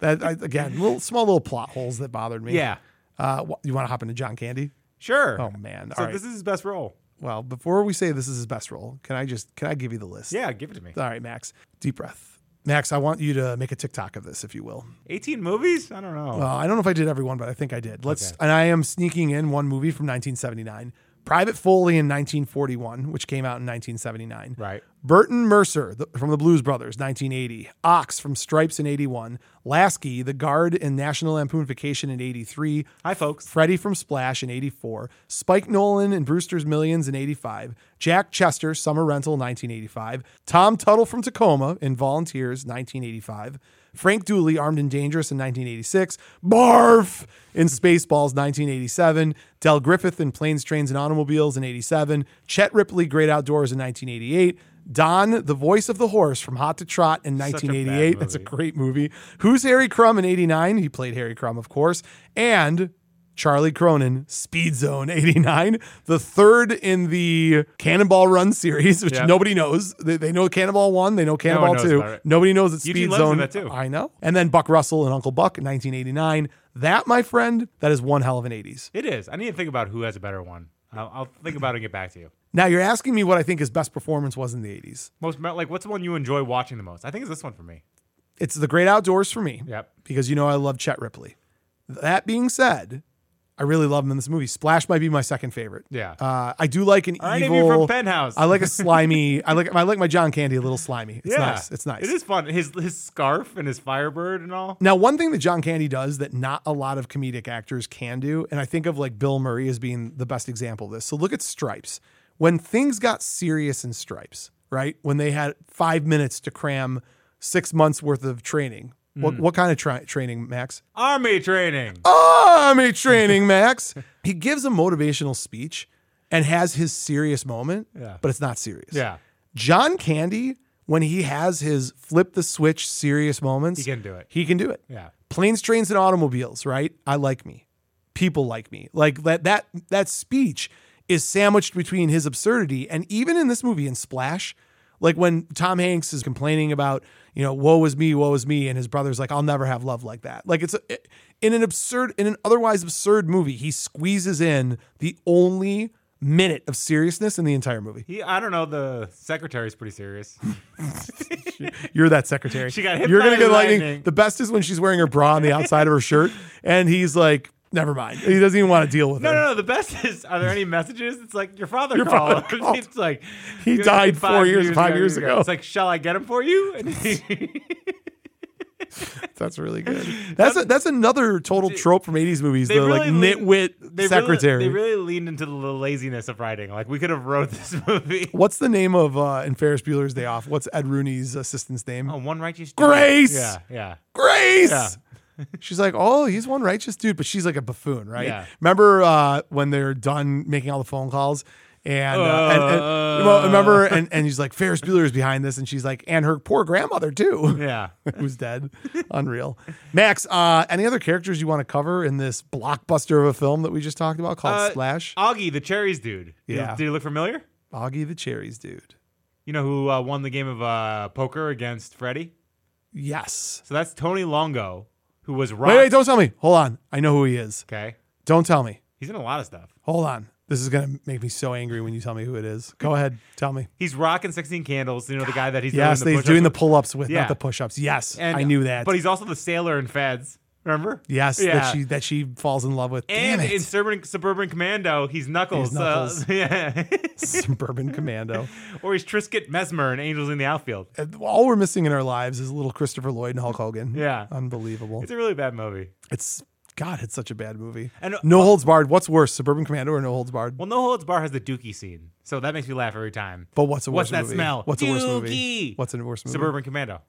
S1: that I, again, little small little plot holes that bothered me.
S3: Yeah.
S1: Uh, wh- you want to hop into John Candy?
S3: Sure.
S1: Oh man.
S3: So
S1: All right.
S3: this is his best role.
S1: well, before we say this is his best role, can I just can I give you the list?
S3: Yeah, give it to me.
S1: All right, Max. Deep breath. Max, I want you to make a TikTok of this, if you will.
S3: 18 movies? I don't know.
S1: Uh, I don't know if I did every one, but I think I did. Let's and I am sneaking in one movie from 1979, Private Foley in 1941, which came out in 1979.
S3: Right.
S1: Burton Mercer the, from the Blues Brothers, 1980. Ox from Stripes in 81. Lasky, the guard in National Lampoon Vacation in 83.
S3: Hi, folks.
S1: Freddie from Splash in 84, Spike Nolan in Brewster's Millions in 85, Jack Chester, Summer Rental 1985, Tom Tuttle from Tacoma in Volunteers 1985, Frank Dooley, Armed and Dangerous in 1986, Barf in Spaceballs 1987, Del Griffith in Planes, Trains, and Automobiles in 87, Chet Ripley, Great Outdoors in 1988, Don, the voice of the horse from Hot to Trot in
S3: Such a bad
S1: 1988. That's a
S3: movie.
S1: great movie. Who's Harry Crumb in 89? He played Harry Crumb, of course. And Charlie Cronin, Speed Zone 89, the third in the Cannonball Run series, which
S3: Yep.
S1: nobody knows. They, they know Cannonball 1, they know Cannonball
S3: knows
S1: 2.
S3: about it.
S1: Nobody knows it's Speed
S3: Eugene Love's in
S1: Zone.
S3: that too.
S1: I know. And then Buck Russell and Uncle Buck in 1989. That, my friend, that is one hell of an 80s.
S3: It is. I need to think about who has a better one. I'll, I'll think about it and get back to you.
S1: Now, you're asking me what I think his best performance was in the 80s.
S3: Most me- like, what's the one you enjoy watching the most? I think it's this one for me.
S1: It's The Great Outdoors for me.
S3: Yep.
S1: because you know I love Chet Ripley. That being said, I really love him in this movie. Splash might be my second favorite.
S3: Yeah.
S1: uh, I do like an
S3: All right, if
S1: evil.
S3: you're from Penthouse.
S1: I like a slimy. I like I like my John Candy a little slimy. It's nice. It's nice.
S3: It is fun. His his scarf and his Firebird and all.
S1: Now, one thing that John Candy does that not a lot of comedic actors can do, and I think of like Bill Murray as being the best example of this. So look at Stripes. When things got serious in Stripes, right? When they had five minutes to cram six months worth of training.
S3: Mm.
S1: What, what kind of tra- training, Max?
S3: Army training.
S1: Oh. army training, Max. he gives a motivational speech and has his serious moment,
S3: Yeah.
S1: but it's not serious.
S3: Yeah.
S1: John Candy, when he has his flip the switch serious moments,
S3: He can do it.
S1: He can do it.
S3: Yeah.
S1: Planes, trains, and automobiles, right? I like me. People like me. Like that that that speech is sandwiched between his absurdity and even in this movie in Splash, like when Tom Hanks is complaining about, you know, woe is me, woe is me, and his brother's like, I'll never have love like that. Like it's a, in an absurd, in an otherwise absurd movie, he squeezes in the only minute of seriousness in the entire movie.
S3: He, I don't know. The secretary's pretty serious.
S1: You're that secretary.
S3: She got hit
S1: You're
S3: by
S1: gonna get lightning.
S3: lightning.
S1: The best is when she's wearing her bra on the outside of her shirt, and he's like, "Never mind." He doesn't even want to deal with
S3: No,
S1: her.
S3: no, no. The best is, are there any messages? It's like your father
S1: father
S3: called.
S1: called.
S3: it's like
S1: He
S3: you know,
S1: died four years- five years ago.
S3: It's like, shall I get him for you? And he-
S1: That's really good. That's a, that's another total trope from '80s movies. The like nitwit
S3: they
S1: secretary.
S3: Really, they really leaned into the laziness of writing. Like we could have wrote this movie.
S1: What's the name of uh, in Ferris Bueller's Day Off? What's Ed Rooney's assistant's name?
S3: Oh, one righteous dude.
S1: Grace.
S3: Yeah, yeah.
S1: Grace.
S3: Yeah.
S1: she's like, oh, he's one righteous dude, but she's like a buffoon, right?
S3: Yeah.
S1: Remember uh, when they're done making all the phone calls? And, uh, and, and-
S3: Uh.
S1: well, remember, and, and he's like, Ferris Bueller is behind this, and she's like, and her poor grandmother too,
S3: Yeah.
S1: who's dead. Unreal. Max, uh, any other characters you want to cover in this blockbuster of a film that we just talked about called
S3: Uh,
S1: Splash?
S3: Augie, the cherries dude. Did-
S1: Yeah.
S3: Did he look familiar?
S1: Augie the Cherries, dude.
S3: You know who uh, won the game of uh, poker against Freddy?
S1: Yes.
S3: So that's Tony Longo, who was Rock.
S1: Wait, wait, don't tell me. Hold on. I know who he is.
S3: okay.
S1: Don't tell me.
S3: He's in a lot of stuff.
S1: Hold on. This is gonna make me so angry when you tell me who it is. Go ahead, tell me.
S3: He's rocking 16 candles. You know, the guy that he's
S1: yes,
S3: doing the
S1: he's doing the
S3: push-ups
S1: pull-ups with,
S3: Yeah.
S1: not the push-ups. Yes,
S3: with. And-
S1: I knew that.
S3: But he's also the sailor in Feds. Remember?
S1: yes,
S3: Yeah.
S1: that she that she falls in love with.
S3: and
S1: Damn it,
S3: in Suburban, Suburban Commando, he's Knuckles.
S1: He's Knuckles.
S3: Uh, yeah.
S1: suburban commando.
S3: or he's Trisket Mesmer in Angels in the Outfield.
S1: And All we're missing in our lives is little Christopher Lloyd and Hulk Hogan.
S3: Yeah.
S1: unbelievable.
S3: It's a really bad movie.
S1: It's God, it's such a bad movie.
S3: And- uh,
S1: no holds barred. What's worse, Suburban Commando or No Holds Barred?
S3: Well, No Holds Bar has the Dookie scene, so that makes me laugh every time.
S1: But what's a
S3: What's
S1: worse
S3: that
S1: movie?
S3: smell?
S1: What's a worse movie?
S3: Dookie!
S1: What's a worse movie?
S3: Suburban Commando.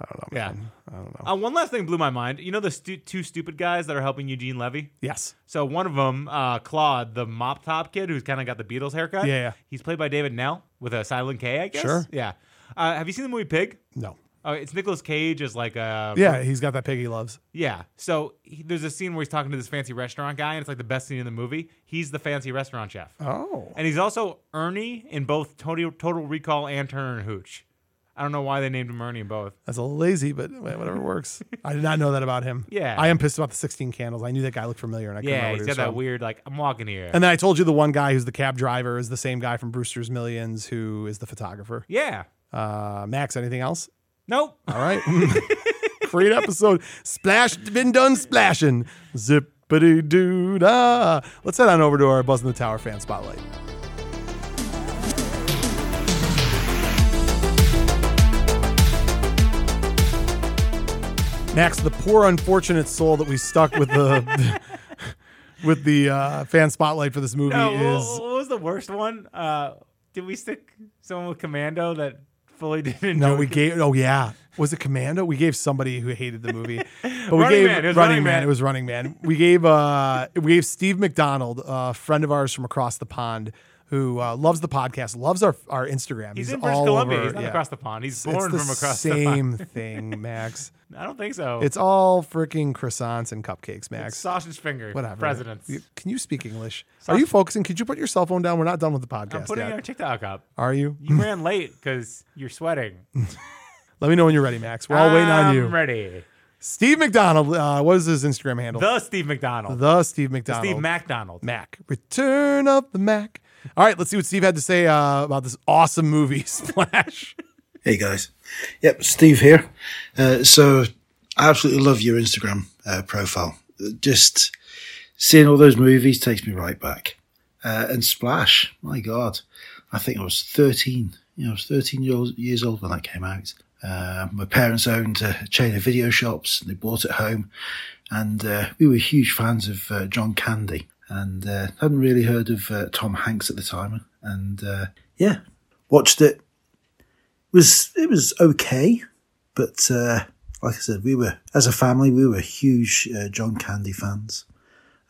S1: I don't know.
S3: Yeah.
S1: man. I don't know.
S3: Uh, one last thing blew my mind. You know the stu- two stupid guys that are helping Eugene Levy?
S1: Yes.
S3: So one of them, uh, Claude, the mop top kid who's kind of got the Beatles haircut.
S1: Yeah, yeah.
S3: He's played by David Nell with a silent K, I guess.
S1: Sure.
S3: Yeah. Uh, have you seen the movie Pig?
S1: No.
S3: Uh, it's Nicolas Cage as like um, a
S1: Yeah, he's got that pig he loves.
S3: yeah. So he, there's a scene where he's talking to this fancy restaurant guy, and it's like the best scene in the movie. He's the fancy restaurant chef,
S1: Oh.
S3: and he's also Ernie in both Total, Total Recall and Turner and Hooch. I don't know why they named him Ernie in both.
S1: That's a little lazy, but wha- whatever works. I did not know that about him.
S3: Yeah.
S1: I am pissed about the 16 candles. I knew that guy looked familiar and I couldn't
S3: Yeah,
S1: remember what
S3: he's
S1: he
S3: got
S1: was
S3: that
S1: from.
S3: weird like I'm walking here.
S1: And then I told you the one guy who's the cab driver is the same guy from Brewster's Millions who is the photographer.
S3: yeah.
S1: Uh, Max, anything else?
S3: Nope.
S1: All right. Great episode. Splash, been done splashing. Zippity doo dah. Let's head on over to our Buzz in the Tower fan spotlight. Max, the poor unfortunate soul that we stuck with the with the uh, fan spotlight for this movie
S3: No, wha-
S1: is
S3: Uh, what was the worst one? Uh, did we stick someone with Commando that fully didn't?
S1: No,
S3: enjoy-
S1: we gave. Oh yeah, was it Commando? We gave somebody who hated the movie, but we
S3: Running
S1: gave
S3: Man, it was Running Man.
S1: It was Running Man. We gave uh, we gave Steve McDonald, a friend of ours from across the pond, who uh, loves the podcast, loves our our Instagram.
S3: He's, in British
S1: all
S3: Columbia.
S1: over-
S3: he's not
S1: yeah.
S3: across the pond. He's
S1: It's
S3: born
S1: the
S3: from across the Oh.
S1: same thing, Max.
S3: pond. I don't think so.
S1: It's all freaking croissants and cupcakes, Max.
S3: sausage finger.
S1: Whatever.
S3: Presidents.
S1: You- Can you speak English? Are you focusing? Could you put your cell phone down? We're not done with the
S3: I'm
S1: podcast
S3: putting
S1: yet.
S3: our TikTok up.
S1: Are you?
S3: You ran late because you're sweating.
S1: Let me know when you're ready, Max. We're all waiting on
S3: I'm
S1: you.
S3: ready.
S1: Steve McDonald. Uh, what is his Instagram handle?
S3: The Steve McDonald.
S1: The Steve McDonald.
S3: Steve McDonald.
S1: Mac. Return of the Mac. All right, let's see what Steve had to say uh, about this awesome movie, Splash.
S4: Hey guys, yep, Steve here. Uh, so I absolutely love your Instagram uh, profile. Just seeing all those movies takes me right back. Uh, and Splash, my God, I think I was 13. You know, I was 13 years old, years old when that came out. Uh, my parents owned a chain of video shops. And they bought it home, and uh, we were huge fans of uh, John Candy. And uh, hadn't really heard of uh, Tom Hanks at the time. And uh, yeah, watched it was it was okay, but uh, like I said, we were as a family we were huge uh, John Candy fans,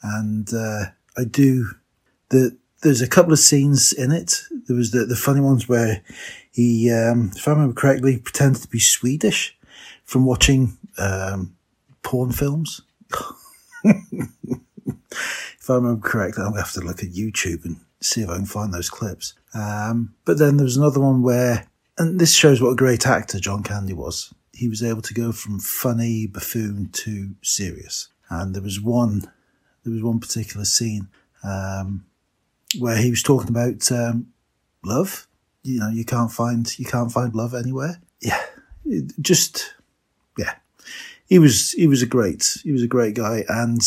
S4: and uh, I do the there's a couple of scenes in it. There was the the funny ones where he, um, if I remember correctly, pretended to be Swedish from watching um, porn films. if I remember correctly, I'm gonna have to look at YouTube and see if I can find those clips. Um, but then there was another one where, and this shows what a great actor John Candy was. He was able to go from funny buffoon to serious. And there was one, there was one particular scene um, where he was talking about um, love. You know, you can't find you can't find love anywhere. Yeah, It- just yeah he was he was a great he was a great guy, and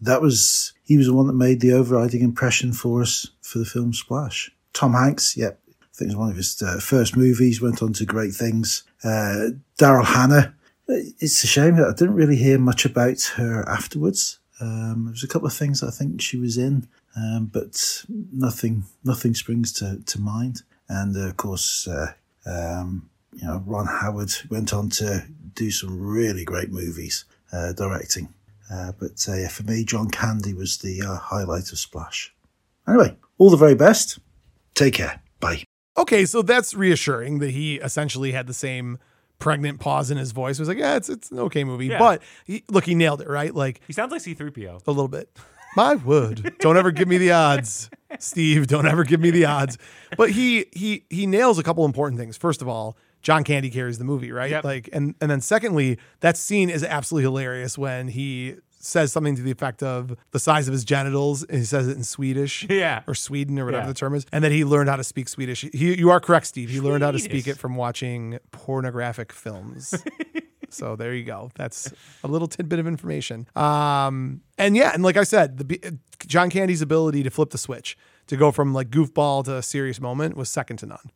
S4: that was he was the one that made the overriding impression for us for the film Splash. Tom Hanks, yep, I think it was one of his uh, first movies. Went on to great things. Uh, Daryl Hannah, It's a shame that I didn't really hear much about her afterwards. Um, there was a couple of things I think she was in, um, but nothing nothing springs to, to mind. And uh, of course, uh, um, you know, Ron Howard went on to do some really great movies uh, directing. Uh, but uh, yeah, for me, John Candy was the uh, highlight of Splash. Anyway, all the very best. Take care. Bye.
S1: Okay, so that's reassuring that he essentially had the same pregnant pause in his voice. It was like, yeah, it's it's an okay movie,
S3: Yeah.
S1: but he, look, he nailed it right, like
S3: He sounds like C3PO.
S1: a little bit. My word, don't ever give me the odds, Steve. Don't ever give me the odds. But he he he nails a couple important things. First of all, John Candy carries the movie, right?
S3: Yep.
S1: Like, and and then secondly, that scene is absolutely hilarious when he says something to the effect of the size of his genitals, and he says it in Swedish
S3: Yeah.
S1: or Sweden or whatever
S3: Yeah.
S1: the term is, and that he learned how to speak Swedish. He, you are correct, Steve. He learned how to speak
S3: Swedish.
S1: it from watching pornographic films. so there you go. That's a little tidbit of information. Um, and yeah, and like I said, the B- John Candy's ability to flip the switch to go from like goofball to a serious moment was second to none.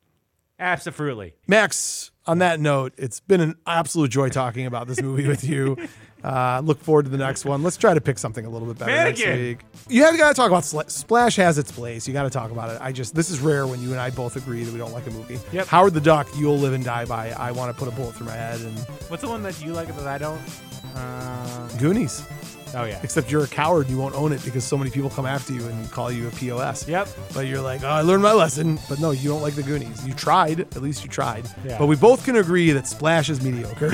S3: Absolutely.
S1: Max, on that note, it's been an absolute joy talking about this movie with you. Uh, look forward to the next one. Let's try to pick something a little bit better next
S3: Mannequin.
S1: week. You have got to talk about Sla- Splash has its place. You got to talk about it. I just this is rare when you and I both agree that we don't like a movie.
S3: Yep.
S1: Howard the Duck, you'll live and die by. I want to put a bullet through my head and
S3: What's the one that you like that I don't? Uh,
S1: Goonies.
S3: oh yeah.
S1: Except you're a coward. and You won't own it because so many people come after you and call you a pos.
S3: Yep.
S1: But you're like, oh, I learned my lesson. But no, you don't like the Goonies. You tried. At least you tried.
S3: Yeah.
S1: But we both can agree that Splash is mediocre.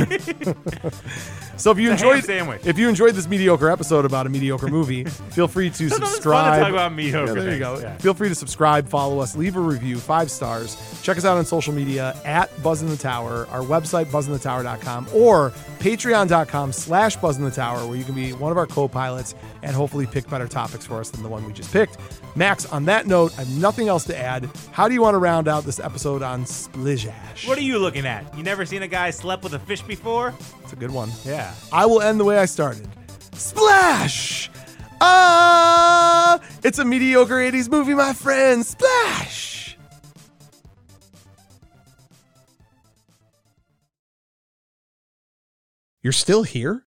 S1: so if you
S3: It's a ham
S1: enjoyed
S3: sandwich.
S1: if you enjoyed this mediocre episode about a mediocre movie, feel free to
S3: Sometimes it's fun to talk
S1: subscribe.
S3: about mediocre
S1: Yeah, there you go.
S3: things, yeah.
S1: Feel free to subscribe, follow us, leave a review, five stars. Check us out on social media at Buzz in the Tower, our website, buzzinthetower.com, or patreon.com slash Buzz in the Tower, where you can be one of our co pilots and hopefully pick better topics for us than the one we just picked. Max, on that note, I have nothing else to add. How do you want to round out this episode on Splish?
S3: What are you looking at? You never seen a guy slept with a fish before?
S1: It's a good one.
S3: Yeah.
S1: I will end the way I started. Splash! Ah! It's a mediocre 80s movie, my friend. Splash!
S5: You're still here?